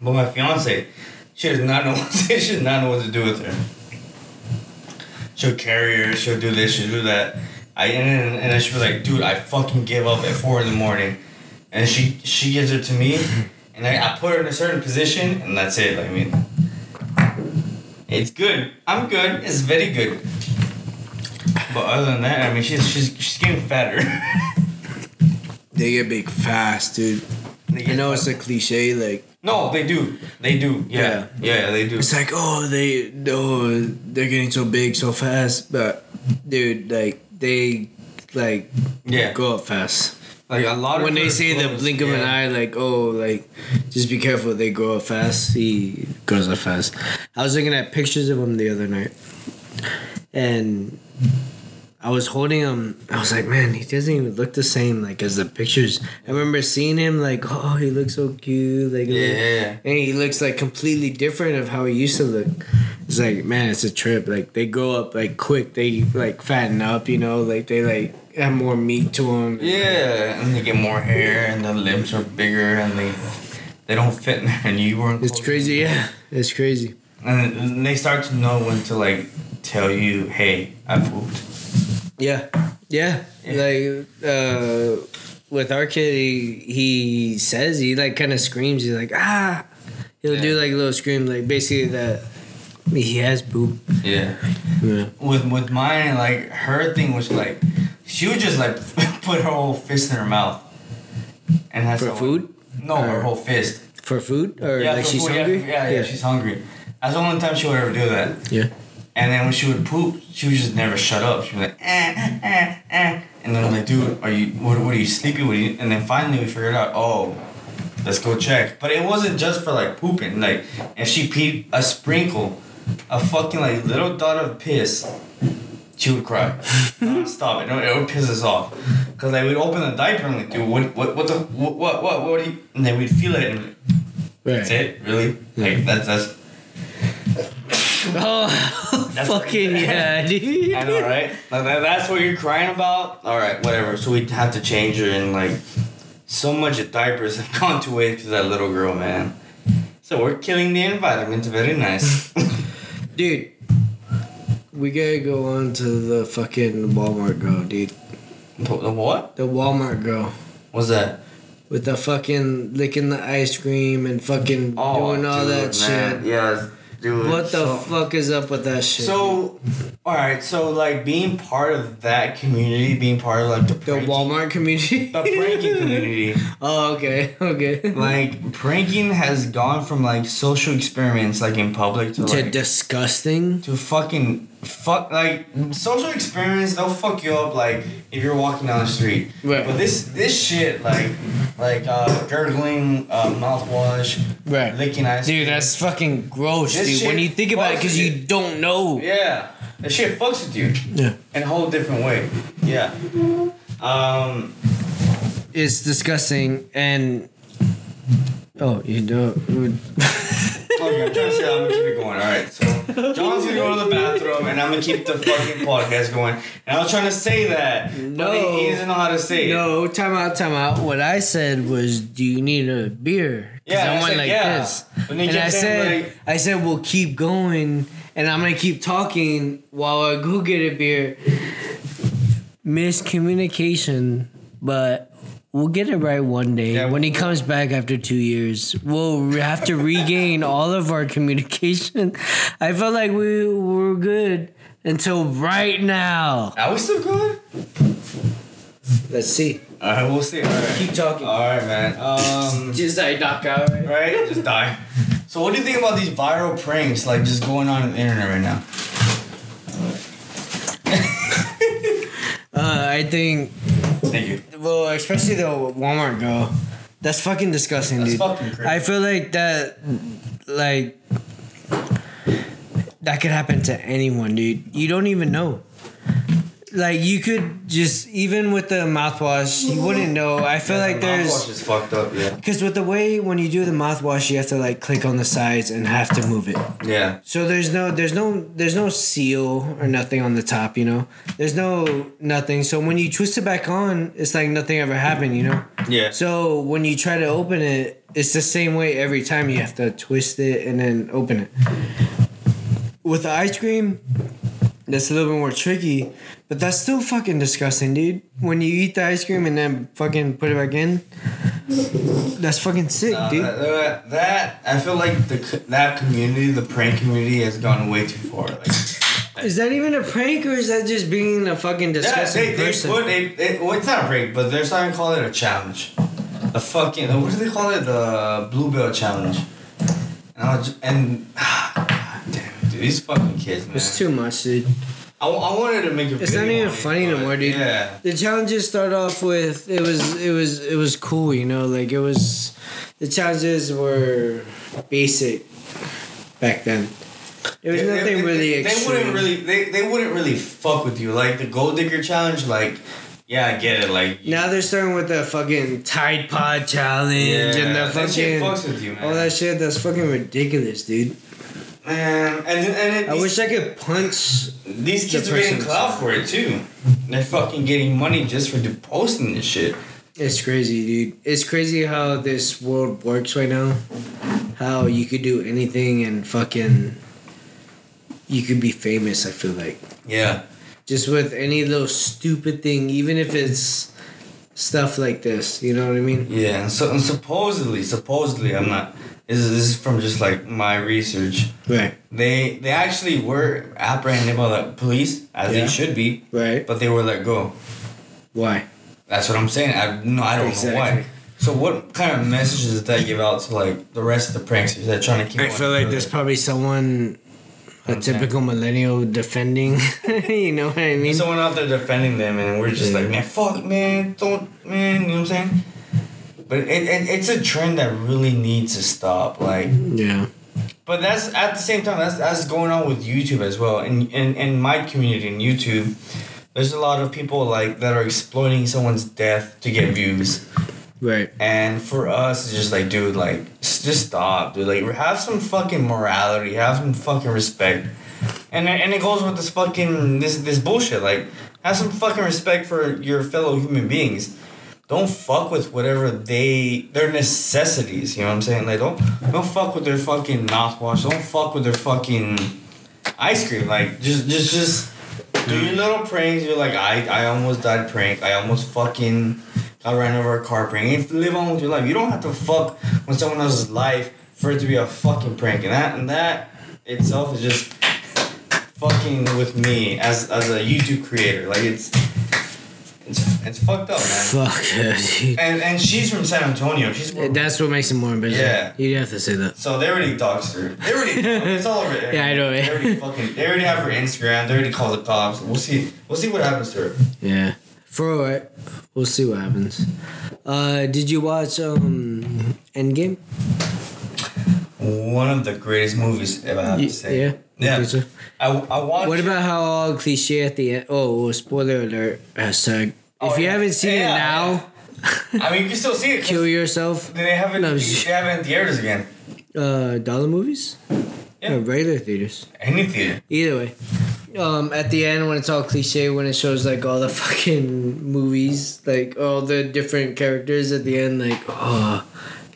S2: But my fiance, she does not know what to, she does not know what to do with her. She'll carry her, she'll do this, she'll do that. I and then and then she'll be like, dude, I fucking give up at four in the morning. And she she gives her to me and I, I put her in a certain position and that's it. Like, I mean it's good. I'm good. It's very good. But other than that, I mean she's she's she's getting fatter.
S3: They get big fast, dude.
S2: They
S3: I
S2: get
S3: know it's
S2: fatter.
S3: a cliche, like
S2: No, they do. They do. Yeah. Yeah, they do.
S3: it's like oh they oh they're getting so big so fast, but dude like they like
S2: Yeah.
S3: go up fast.
S2: Like a lot of
S3: When they
S2: her
S3: say the
S2: clothes-
S3: blink of an
S2: yeah.
S3: eye, like oh like just be careful they grow up fast. He grows up fast. I was looking at pictures of him the other night, and I was holding him. I was like, man, he doesn't even look the same like as the pictures. I remember seeing him like, oh, he looks so cute, like
S2: Yeah, yeah, yeah.
S3: and he looks like completely different of how he used to look. It's like man, it's a trip. Like they grow up like quick. They like fatten up, you know. Like they like have more meat to them.
S2: Yeah, and they get more hair, and the lips are bigger, and they they don't fit. in- And you weren't.
S3: It's crazy. Yeah, it's crazy.
S2: And they start to know when to like tell you, "Hey, I pooped."
S3: Yeah, yeah. Like uh, with our kid, he, he says he like kind of screams. He's like ah, he'll do
S2: Yeah.
S3: like a little scream, like basically that he has poop.
S2: Yeah.
S3: Yeah.
S2: With with mine, like her thing was like, she would just like put her whole fist in her mouth, and that's
S3: For
S2: the-
S3: food? Uh.
S2: No, her
S3: Or-
S2: whole fist.
S3: For food or
S2: Yeah,
S3: like
S2: for
S3: she's
S2: food, yeah,
S3: hungry.
S2: Yeah, yeah, she's hungry. That's the only time she would ever do that.
S3: yeah.
S2: And then when she would poop, she would just never shut up. She would like, eh, eh, eh. And then I'm like, dude, are you, what, what are you sleepy? What are you? And then finally we figured out, oh, let's go check. But it wasn't just for like pooping. Like, if she peed a sprinkle, a fucking like little dot of piss, she would cry. Stop it. No, it would piss us off. Cause like we'd open the diaper and like, dude, what, what, what the, what, what, what, what are you? And then we'd feel it and
S3: Right.
S2: that's it, really? Like, that's, that's,
S3: Oh,
S2: That's-
S3: fucking yeah, dude.
S2: I know, right? Like, that- that's what you're crying about. All right, whatever. So we had to change her, and like, so much of diapers have gone to waste to that little girl, man. So we're killing the environment. Very nice.
S3: Dude, we gotta go on to the fucking Walmart girl, dude.
S2: The- the what?
S3: The Walmart girl.
S2: What's that?
S3: With the fucking licking the ice cream and fucking doing all
S2: Oh, dude,
S3: that
S2: man.
S3: shit.
S2: Yeah, dude.
S3: What the
S2: so-
S3: fuck is up with that shit?
S2: So, all right. So like, being part of that community, being part of like the
S3: the
S2: pranking-
S3: Walmart community?
S2: the pranking community.
S3: oh, okay, okay.
S2: Like pranking has gone from like social experiments, like in public, to,
S3: to
S2: like,
S3: disgusting.
S2: to fucking fuck like social experience they'll fuck you up like if you're walking down the street
S3: Right.
S2: but this this shit like like uh gurgling uh, mouthwash
S3: Right.
S2: licking ice cream.
S3: Dude, that's fucking gross,
S2: This
S3: dude. When
S2: shit
S3: you think about it, because you
S2: fucks
S3: don't know.
S2: yeah that shit fucks with you
S3: Yeah.
S2: in a whole different way yeah um
S3: It's disgusting and. Oh, you don't.
S2: okay, I'm trying to say I'm gonna keep it going. All right, so John's gonna go to the bathroom, and I'm gonna keep the fucking podcast going. And I was trying to say that,
S3: No.
S2: but he, he doesn't know how to say it.
S3: No, time out, time out. What I said was, do you need a beer? 'Cause
S2: Yeah, I
S3: I went
S2: said,
S3: like
S2: yeah.
S3: this.
S2: But
S3: And,
S2: they kept
S3: I
S2: saying,
S3: said,
S2: like-
S3: I said, we'll keep going, and I'm gonna keep talking while I go get a beer. Miscommunication, but we'll get it right one day.
S2: Yeah,
S3: when he
S2: we'll-
S3: comes back after two years, we'll re- have to regain all of our communication. I felt like we were good until right now.
S2: Are we still going?
S3: Let's see.
S2: All right, we'll see. All right.
S3: Keep talking.
S2: All right, man. Um,
S3: Just I knock out. Right?
S2: right? Just die. So, what do you think about these viral pranks, like just going on in the internet right now?
S3: Uh, I think,
S2: Thank you.
S3: well, especially the Walmart girl. That's fucking disgusting,
S2: That's
S3: dude.
S2: fucking crazy.
S3: I feel like that, like, that could happen to anyone, dude. You don't even know. like you could just even with the mouthwash, you wouldn't know. I feel like
S2: Mouthwash
S3: there's
S2: is fucked up. Yeah.
S3: because with the way when you do the mouthwash, you have to like click on the sides and have to move it.
S2: Yeah.
S3: So there's no there's no there's no seal or nothing on the top, you know. There's no nothing. So when you twist it back on, it's like nothing ever happened, you know.
S2: Yeah.
S3: So when you try to open it, it's the same way every time. You have to twist it and then open it. With the ice cream, that's a little bit more tricky, but that's still fucking disgusting, dude. When you eat the ice cream and then fucking put it back in, that's fucking sick,
S2: Uh,
S3: dude.
S2: that, that- that- I feel like the c- that community, the prank community, has gone way too far. Like,
S3: Is that even a prank or is that just being a fucking
S2: yeah,
S3: disgusting
S2: they, they
S3: person?
S2: put a, it, well, it's not a prank, but they're starting to call it a challenge. A fucking uh, what do they call it? The bluebell challenge. And I was, ju- and ah, God damn it, dude, these fucking kids, man.
S3: It's too much, dude.
S2: I, I wanted to make a.
S3: It's not
S2: video
S3: even
S2: on it,
S3: funny no
S2: but
S3: more, dude.
S2: Yeah.
S3: The challenges start off with it was it was it was cool, you know, like it was the challenges were basic back then. It was
S2: They- they-
S3: nothing
S2: they-
S3: really
S2: they,
S3: extreme.
S2: wouldn't really they, they wouldn't really fuck with you like the gold digger challenge like yeah I get it like
S3: now they're starting with the fucking Tide Pod challenge and the
S2: that shit
S3: fucking
S2: fucks with you man
S3: all that shit. That's fucking ridiculous, dude.
S2: Man, and then- and then
S3: I
S2: these,
S3: wish I could punch.
S2: these kids
S3: the
S2: are getting
S3: person-
S2: clout for it too. They're fucking getting money just for do- posting this shit.
S3: It's crazy, dude. It's crazy how this world works right now. How you could do anything and fucking you could be famous, I feel like.
S2: Yeah,
S3: Just with any little stupid thing, even if it's stuff like this, you know what I mean?
S2: yeah. And so and supposedly, supposedly, I'm not. This is, this is from just like my research.
S3: Right.
S2: They they actually were apprehended by the police as
S3: Yeah.
S2: they should be,
S3: Right.
S2: but they were let go.
S3: Why?
S2: That's what I'm saying. I no, I don't know why.
S3: Exactly.
S2: So what kind of messages did that give out to like the rest of the pranksters that trying to keep?
S3: I
S2: on
S3: feel like there's
S2: further?
S3: probably someone a typical millennial defending you know what I mean?
S2: someone out there defending them, and we're just like, man, fuck, man, don't, man, you know what I'm saying? But it, it, it's a trend that really needs to stop. Like,
S3: Yeah.
S2: but that's at the same time that's that's going on with YouTube as well. And in, in, in my community in YouTube, there's a lot of people like that are exploiting someone's death to get views.
S3: Right.
S2: And for us, it's just like, dude, like, s- just stop, dude. Like, have some fucking morality, have some fucking respect. And it- and it goes with this fucking this this bullshit. Like, have some fucking respect for your fellow human beings. Don't fuck with whatever they their necessities. You know what I'm saying? Like, don't don't fuck with their fucking mouthwash. Don't fuck with their fucking ice cream. Like, just just just. Do your little pranks. You're like, I, I almost died prank. I almost fucking got ran over a car prank. And live on with your life. You don't have to fuck with someone else's life for it to be a fucking prank. And that and that itself is just fucking with me as as a YouTube creator. Like it's it's it's fucked up, man.
S3: Fuck yeah, dude.
S2: And and she's from San Antonio. She's
S3: That's what makes it more embarrassing.
S2: Yeah.
S3: You'd have to say that.
S2: so they already doxed her. They already it's all over.
S3: Yeah, I know,
S2: They
S3: right?
S2: already fucking. They already have her Instagram. They already called the cops. We'll see. We'll see what happens to her.
S3: Yeah. For what? We'll see what happens. Uh, did you watch um Endgame?
S2: One of the greatest movies ever. I have
S3: Y-
S2: to say.
S3: yeah.
S2: Yeah.
S3: Okay, so-
S2: I, I watched.
S3: What about how all cliche at the end? Oh, well, spoiler alert. Hashtag.
S2: Oh,
S3: if you
S2: yeah.
S3: haven't seen
S2: Yeah.
S3: it now,
S2: I mean, you can still see it. 'cause
S3: kill yourself.
S2: They haven't.
S3: No, I'm
S2: they
S3: just-
S2: haven't in theaters again.
S3: Uh, dollar movies.
S2: Yeah.
S3: Or regular theaters.
S2: Any theater.
S3: Either way. Um, at the end when it's all cliche, when it shows like all the fucking movies, like all the different characters at the end, like oh,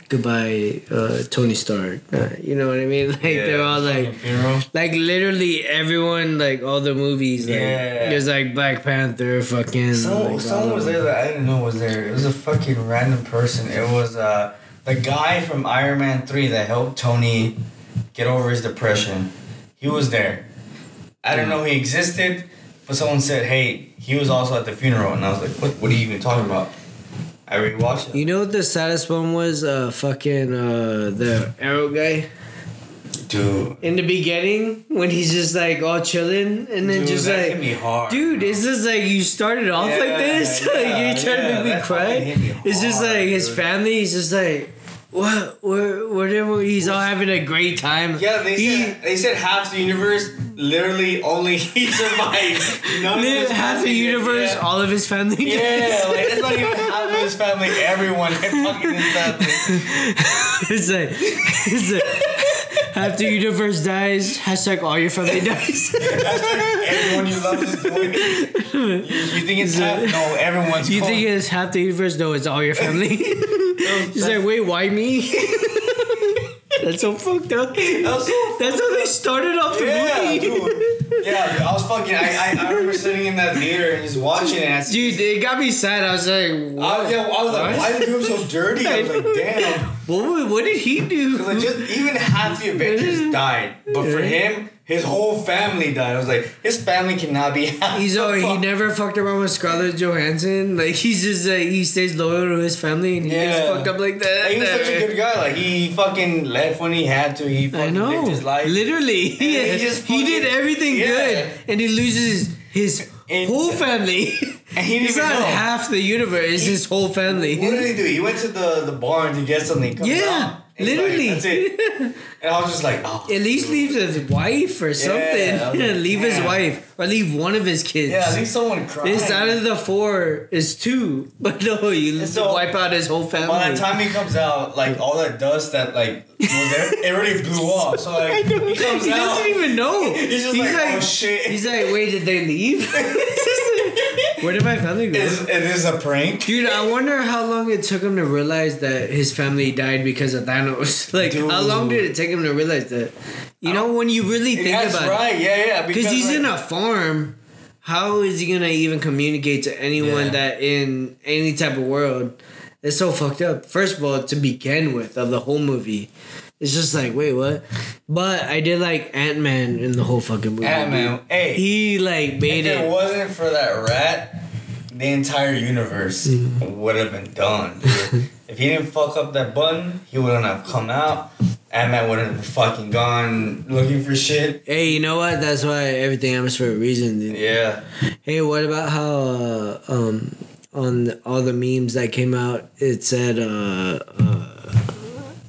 S3: goodbye, uh, Tony Stark. Uh, you know what I mean? Like they're all like.
S2: fucking funeral.
S3: Like literally everyone, like all the movies, like
S2: Yeah.
S3: there's like Black Panther, fucking.
S2: Someone,
S3: like, all
S2: someone was
S3: of
S2: there
S3: them.
S2: that I didn't know was there. It was a fucking random person. It was uh the guy from Iron Man three that helped Tony get over his depression. He was there. I didn't know he existed, but someone said, "Hey, he was also at the funeral," and I was like, "What? What are you even talking about?" I rewatched
S3: You
S2: it.
S3: know what the saddest one was? Uh, fucking uh, the arrow guy
S2: Dude,
S3: in the beginning when he's just like all chilling and then
S2: dude,
S3: just
S2: that
S3: like,
S2: hit me hard.
S3: dude, is this like you started off like
S2: Yeah,
S3: this? like
S2: yeah,
S3: you trying
S2: yeah,
S3: to make me
S2: that fucking
S3: cry?
S2: hit me
S3: it's just
S2: hard,
S3: like his
S2: dude.
S3: family. He's just like, what? Where? Whatever. He's all having a great time.
S2: Yeah, they
S3: He-
S2: said they said half the universe literally only he survived. None of his
S3: half the
S2: family did.
S3: universe,
S2: Yeah.
S3: all of his family.
S2: Yeah, like it's not even half of his family. Everyone had fucking his family.
S3: it's like, it's like half the universe dies. Hashtag all your family dies.
S2: Everyone you love is going. You, you think it's half? No, everyone's.
S3: you think
S2: gone.
S3: it's half the universe? No, it's all your family. She's
S2: That's-
S3: like, wait, why me? That's so fucked up.
S2: That's so
S3: That's how they started off the
S2: Yeah,
S3: movie.
S2: dude. Yeah, dude, I was fucking. I, I, I remember sitting in that theater and just watching it. And I, s-
S3: Dude, it got me sad. I was like, what?
S2: I- yeah, I was like,
S3: What?
S2: why did you do him so dirty? I was like, damn.
S3: What, wa- what did he do?
S2: 'Cause, Like just even half the Avengers died, but for him, his whole family died. I was like, his family cannot be half.
S3: He's
S2: the
S3: all, he
S2: fuck-
S3: never fucked around with Scarlett Johansson. Like he's just uh, he stays loyal to his family and he just
S2: Yeah.
S3: fucked up like that.
S2: Like, he was such a good guy. Like he fucking left when he had to. He
S3: I
S2: fucking
S3: know.
S2: lived his life.
S3: Literally,
S2: And
S3: yeah.
S2: he
S3: he,
S2: just
S3: did
S2: fucking-
S3: everything
S2: Yeah.
S3: good, and he loses his
S2: And-
S3: whole family.
S2: And he didn't
S3: He's
S2: even
S3: not
S2: know.
S3: half the universe. It's his whole family.
S2: What did he do? He went to the, the barn to get something. comes
S3: Yeah,
S2: out, and he's like,
S3: literally.
S2: That's it. And I was just like, oh.
S3: At least leave his wife or something.
S2: I was like,
S3: leave his
S2: damn.
S3: wife or leave one of his kids.
S2: Yeah, I think someone cried.
S3: It's out of the four is two, but no, you
S2: So,
S3: wipe out his whole family.
S2: By the time he comes out, like all that dust that like was there, it already blew off. So like he comes
S3: he
S2: out,
S3: doesn't even know.
S2: he's just like, oh shit.
S3: He's like, wait, did they leave? Where did my family go?
S2: is, is this a prank?
S3: Dude, I wonder how long it took him to realize that his family died because of Thanos. Like, how long did it take him to realize that? You know, when you really think
S2: That's
S3: about it,
S2: right. Yeah, yeah.
S3: because he's
S2: like,
S3: in a farm. How is he gonna even communicate to anyone
S2: Yeah.
S3: that in any type of world? It's so fucked up. First of all, to begin with, of the whole movie, it's just like, wait, what? But I did like Ant Man in the whole fucking movie.
S2: Ant Man. Hey,
S3: He like made
S2: if it
S3: it.
S2: wasn't for that rat, the entire universe
S3: Mm.
S2: would have been done. dude. if he didn't fuck up that button, he wouldn't have come out. Ant Man wouldn't have fucking gone looking for shit.
S3: Hey, you know what? That's why everything happens for a reason, dude.
S2: Yeah.
S3: Hey, what about how uh, um on the, all the memes that came out, it said uh, uh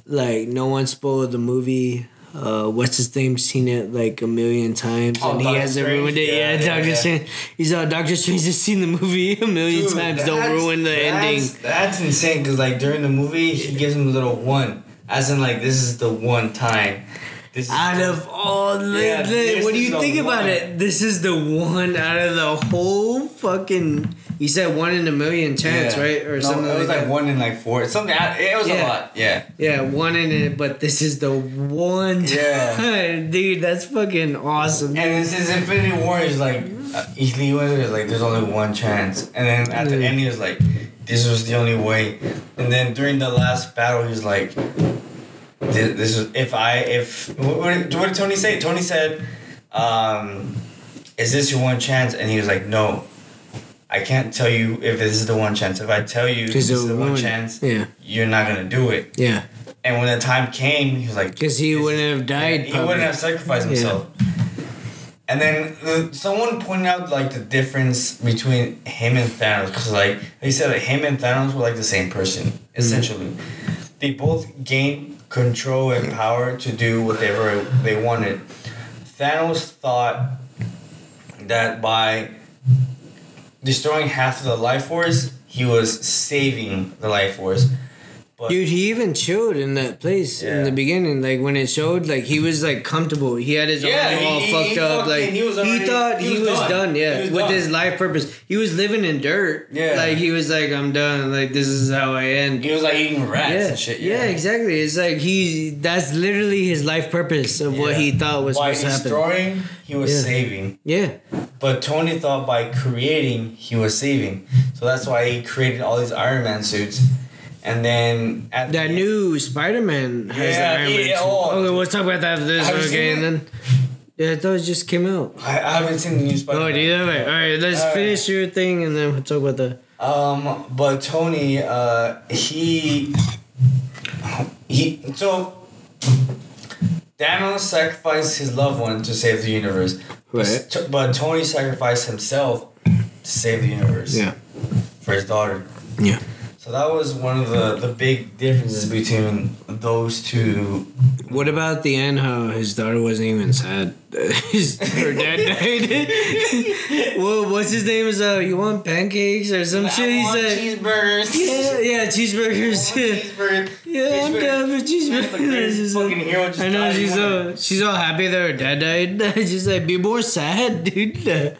S3: like no one spoiled the movie. Uh, what's his name? Seen it like a million times,
S2: Oh,
S3: and he
S2: Doctor
S3: hasn't
S2: Strange.
S3: ruined it.
S2: Yeah,
S3: Yeah,
S2: yeah,
S3: Doctor
S2: yeah.
S3: Strange. He's all Doctor Strange has seen the movie a million
S2: Dude,
S3: times. Don't
S2: that's-
S3: ruin the
S2: that's-
S3: ending.
S2: That's insane because like during the movie, he gives him a little one, as in like this is the one time. This is
S3: Out of all the,
S2: Yeah,
S3: the-
S2: this
S3: what do
S2: is
S3: you
S2: the
S3: think about
S2: one.
S3: it? This is the one out of the whole fucking. You said one in a million chance,
S2: Yeah.
S3: right, or
S2: No,
S3: something
S2: It was
S3: like
S2: like
S3: that.
S2: one in like four. Something. It was
S3: Yeah.
S2: a lot. Yeah.
S3: Yeah, one in it, but this is the one
S2: Yeah.
S3: time. Dude, that's fucking awesome.
S2: And this is Infinity War is like uh, Heath Ledger is like there's only one chance, and then at the
S3: Yeah.
S2: end he was like, this was the only way, and then during the last battle he was like, this, this is if I if what, what, what did Tony say? Tony said, um, is this your one chance? And he was like, no. I can't tell you if this is the one chance. If I tell you this
S3: Because
S2: is the one
S3: one-
S2: chance,
S3: Yeah,
S2: you're not gonna do it.
S3: yeah.
S2: And when the time came, he was like,
S3: Because he
S2: "This-
S3: wouldn't have died.
S2: he
S3: probably.
S2: wouldn't have sacrificed
S3: Yeah.
S2: himself. And then uh, someone pointed out like the difference between him and Thanos because like they said like, him and Thanos were like the same
S3: Mm-hmm.
S2: person essentially. They both gained control and power to do whatever they wanted. Thanos thought that by destroying half of the life force, he was saving the life force. But
S3: Dude, he even chilled in that place in
S2: Yeah.
S3: the beginning. Like when it showed, like he was like comfortable. He had his
S2: Yeah,
S3: arm
S2: he-
S3: all
S2: he-
S3: fucked
S2: he
S3: up.
S2: fucking-
S3: Like
S2: he was already-
S3: thought
S2: he
S3: he was,
S2: was
S3: done.
S2: done.
S3: Yeah,
S2: He was
S3: with
S2: done.
S3: his life purpose, he was living in dirt.
S2: Yeah.
S3: like he was like, I'm done. Like this is how I end.
S2: he was like eating rats
S3: yeah.
S2: and shit.
S3: yeah, exactly. It's like he that's literally his life purpose of what
S2: Yeah.
S3: he thought was
S2: by
S3: supposed to happen.
S2: destroying, he was
S3: Yeah.
S2: saving.
S3: Yeah.
S2: But Tony thought by creating, he was saving. So that's why he created all these Iron Man suits. And then at
S3: That
S2: the-
S3: new Spider Man has
S2: Yeah,
S3: the Iron Man.
S2: yeah,
S3: suit.
S2: oh.
S3: okay, we'll talk about that after this.
S2: Have you
S3: Okay,
S2: seen
S3: and then yeah, I thought it just came out.
S2: I, I haven't seen the new Spider.
S3: Oh, do you? All right, all right. Let's
S2: All right.
S3: finish your thing, and then we'll talk about the.
S2: Um, but Tony, uh, he, he, so Thanos sacrificed his loved one to save the universe.
S3: Right.
S2: But, but Tony sacrificed himself to save the universe for his daughter.
S3: yeah.
S2: So that was one of the, the big differences between of those two.
S3: What about the end? How his daughter wasn't even sad. his her dad died. well, what's his name? Is uh, you want pancakes or some shit? He
S2: I want
S3: said.
S2: cheeseburgers.
S3: Yeah, yeah, cheeseburgers. Yeah,
S2: Cheeseburger.
S3: yeah I'm down for
S2: The greatest
S3: cheeseburgers.
S2: fucking hero just
S3: I know
S2: died.
S3: she's
S2: What
S3: so she's all happy that her dad died. she's like, be more sad, dude. That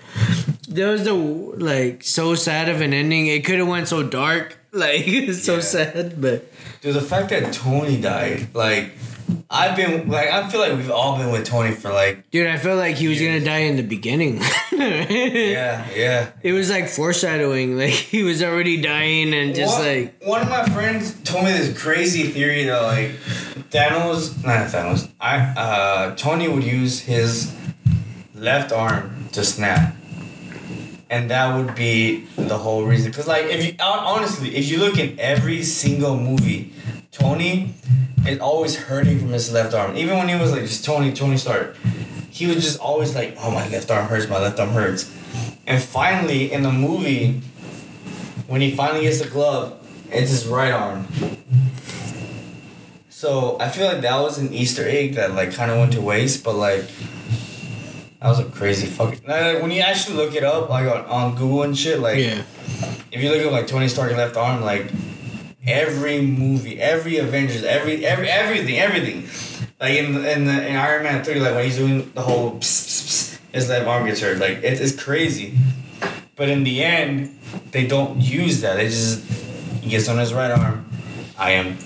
S3: was the like so sad of an ending. It could have went so dark, like it's so
S2: Yeah.
S3: sad. But
S2: Dude, the fact that Tony died, like, I've been, like, I feel like we've all been with Tony for, like,
S3: dude, I felt like he was gonna die in the beginning.
S2: yeah, yeah.
S3: It was like foreshadowing. Like he was already dying and just
S2: one,
S3: like
S2: One of my friends told me this crazy theory that, like, Thanos, not Thanos, I, uh, Tony would use his left arm to snap. And that would be the whole reason. Because, like, if you, hon- honestly, if you look in every single movie, Tony is always hurting from his left arm. Even when he was like just Tony, Tony Stark, he was just always like, oh, my left arm hurts, my left arm hurts. And finally, in the movie, when he finally gets the glove, it's his right arm. So I feel like that was an Easter egg that like kind of went to waste, but like that was a crazy fucking. Like, like, when you actually look it up, like on, on Google and shit, like
S3: yeah.
S2: if you look at like Tony Stark left arm, like every movie, every Avengers, every every everything, everything, like in in the in Iron Man three, like when he's doing the whole pss, pss, pss, his left arm gets hurt, like it, it's crazy. But in the end, they don't use that. They just he gets on his right arm. I am,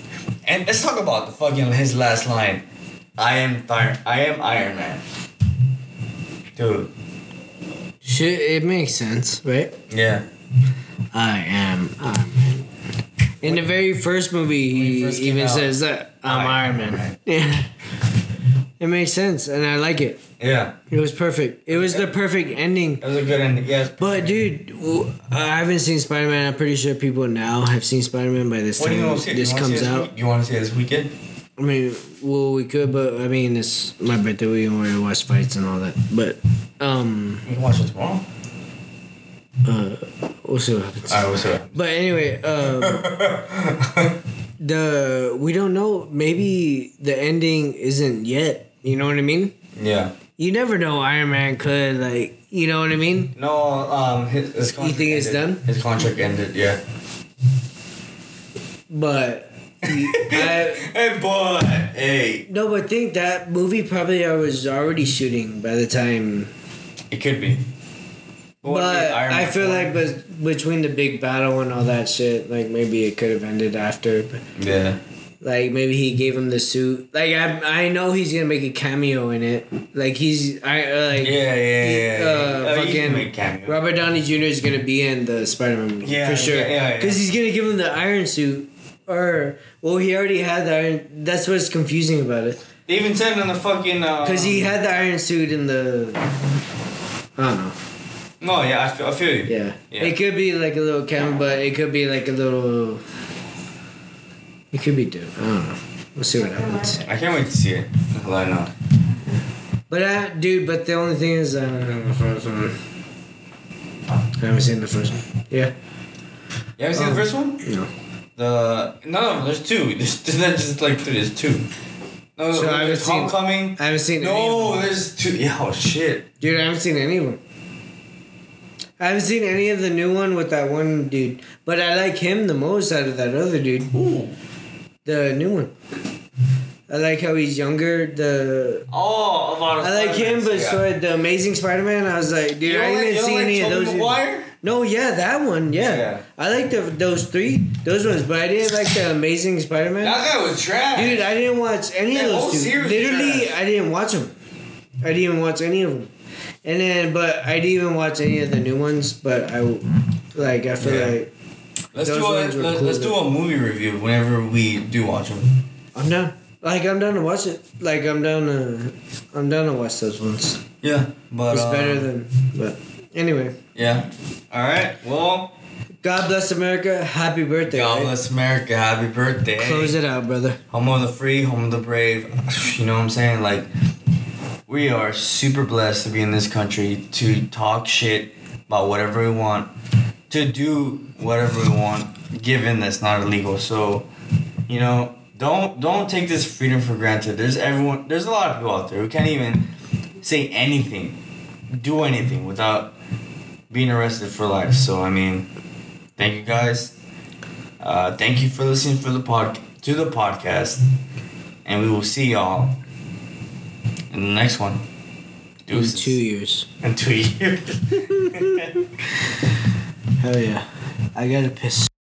S2: and let's talk about the fucking his last line. I am Iron. I am Iron Man. Dude.
S3: Shit, it makes sense, right?
S2: Yeah.
S3: I am Iron Man. In the very first movie,
S2: he
S3: he
S2: first came
S3: even
S2: out,
S3: says that I'm
S2: I am
S3: Iron Man.
S2: Iron
S3: Yeah, it makes sense, and I like it.
S2: Yeah.
S3: It was perfect. It was the perfect ending.
S2: That was a good ending. Yes.
S3: But dude, w- I haven't seen Spider Man. I'm pretty sure people now have seen Spider Man by this
S2: What do
S3: time
S2: you want to see?
S3: this
S2: you wanna
S3: comes
S2: see
S3: out.
S2: Week? You want to see it this weekend?
S3: I mean, well, we could, but I mean, it's my birthday. We can already watch fights and all that. But um, uh,
S2: We can watch it tomorrow.
S3: we'll see what happens.
S2: I was here.
S3: But anyway, um, the we don't know. Maybe the ending isn't yet. You know what I mean?
S2: Yeah.
S3: You never know. Iron Man could like, you know what I mean?
S2: No, um, his, his contract.
S3: think it's
S2: ended.
S3: done?
S2: His contract ended, yeah.
S3: But Uh, I,
S2: Hey, boy! Hey!
S3: no, but think that movie probably I was already shooting by the time.
S2: It could be. would it be,
S3: But
S2: Iron
S3: I
S2: Man
S3: feel
S2: four?
S3: like but between the big battle and all that shit, like maybe it could have ended after. But
S2: Yeah.
S3: Like maybe he gave him the suit. Like I, I know he's gonna make a cameo in it. Like he's I uh, like
S2: Yeah, yeah, yeah. yeah.
S3: Uh,
S2: Oh, you can
S3: fucking
S2: make cameo.
S3: Robert Downey Jr. is gonna be in the Spider Man movie
S2: Yeah,
S3: for sure.
S2: yeah, yeah, yeah.
S3: Because he's gonna give him the iron suit. Or well, he already had the iron. That's what's confusing about it.
S2: They even said it in the fucking.
S3: Because
S2: um,
S3: he had the iron suit in the. I don't know.
S2: No, yeah, I feel, I feel you.
S3: Yeah.
S2: Yeah.
S3: It could be like a little cameo, but it could be like a little. It could be dope. I don't know. We'll see what happens.
S2: I can't wait to see it. Well, I know.
S3: But uh, dude, but the only thing is, uh, I don't know the first one. I haven't seen the first one. Yeah.
S2: You haven't seen
S3: Oh.
S2: the first one?
S3: No.
S2: The. No, there's two. There's, there's not just like three, there's two. No,
S3: So I haven't
S2: there's
S3: seen-
S2: Homecoming.
S3: I haven't seen any of
S2: No,
S3: them.
S2: there's two. Yeah, oh shit.
S3: Dude, I haven't seen any of them. I haven't seen any of the new one with that one dude. But I like him the most out of that other dude.
S2: Ooh.
S3: The new one. I like how he's younger. The
S2: Oh, about
S3: I like him, but so the Amazing Spider-Man. I was like, dude,
S2: You
S3: I
S2: don't like-
S3: didn't
S2: you don't
S3: see
S2: like
S3: any
S2: Tobey
S3: of those.
S2: Maguire?
S3: No, yeah, that one, yeah.
S2: Yeah.
S3: I like the those three, those ones, but I didn't like the Amazing Spider-Man.
S2: That guy was trash.
S3: Dude, I didn't watch any
S2: That
S3: of
S2: whole
S3: those. Dude.
S2: series
S3: Literally,
S2: is trash.
S3: I didn't watch them. I didn't even watch any of them. And then, but I didn't even watch any of the new ones. But I, like, I feel
S2: Yeah.
S3: like
S2: let's
S3: those
S2: do a
S3: ones were
S2: let,
S3: cool,
S2: us do a movie review whenever we do watch him.
S3: I'm done. Like, I'm down to watch it. Like, I'm down to, I'm down to watch those ones.
S2: Yeah, but
S3: It's
S2: uh,
S3: better than, but anyway.
S2: yeah. All right. Well,
S3: God bless America. Happy birthday.
S2: God
S3: right?
S2: bless America. Happy birthday.
S3: Close it out, brother.
S2: Home of the free, home of the brave. You know what I'm saying? Like, we are super blessed to be in this country to talk shit about whatever we want, to do whatever we want, given that's not illegal. So, you know, don't don't take this freedom for granted. There's everyone. There's a lot of people out there who can't even say anything, do anything without being arrested for life. So I mean, thank you guys. Uh, thank you for listening for the pod to the podcast, and we will see y'all in the next one.
S3: In
S2: Deuces.
S3: two years.
S2: In two years.
S3: Hell yeah. I gotta piss.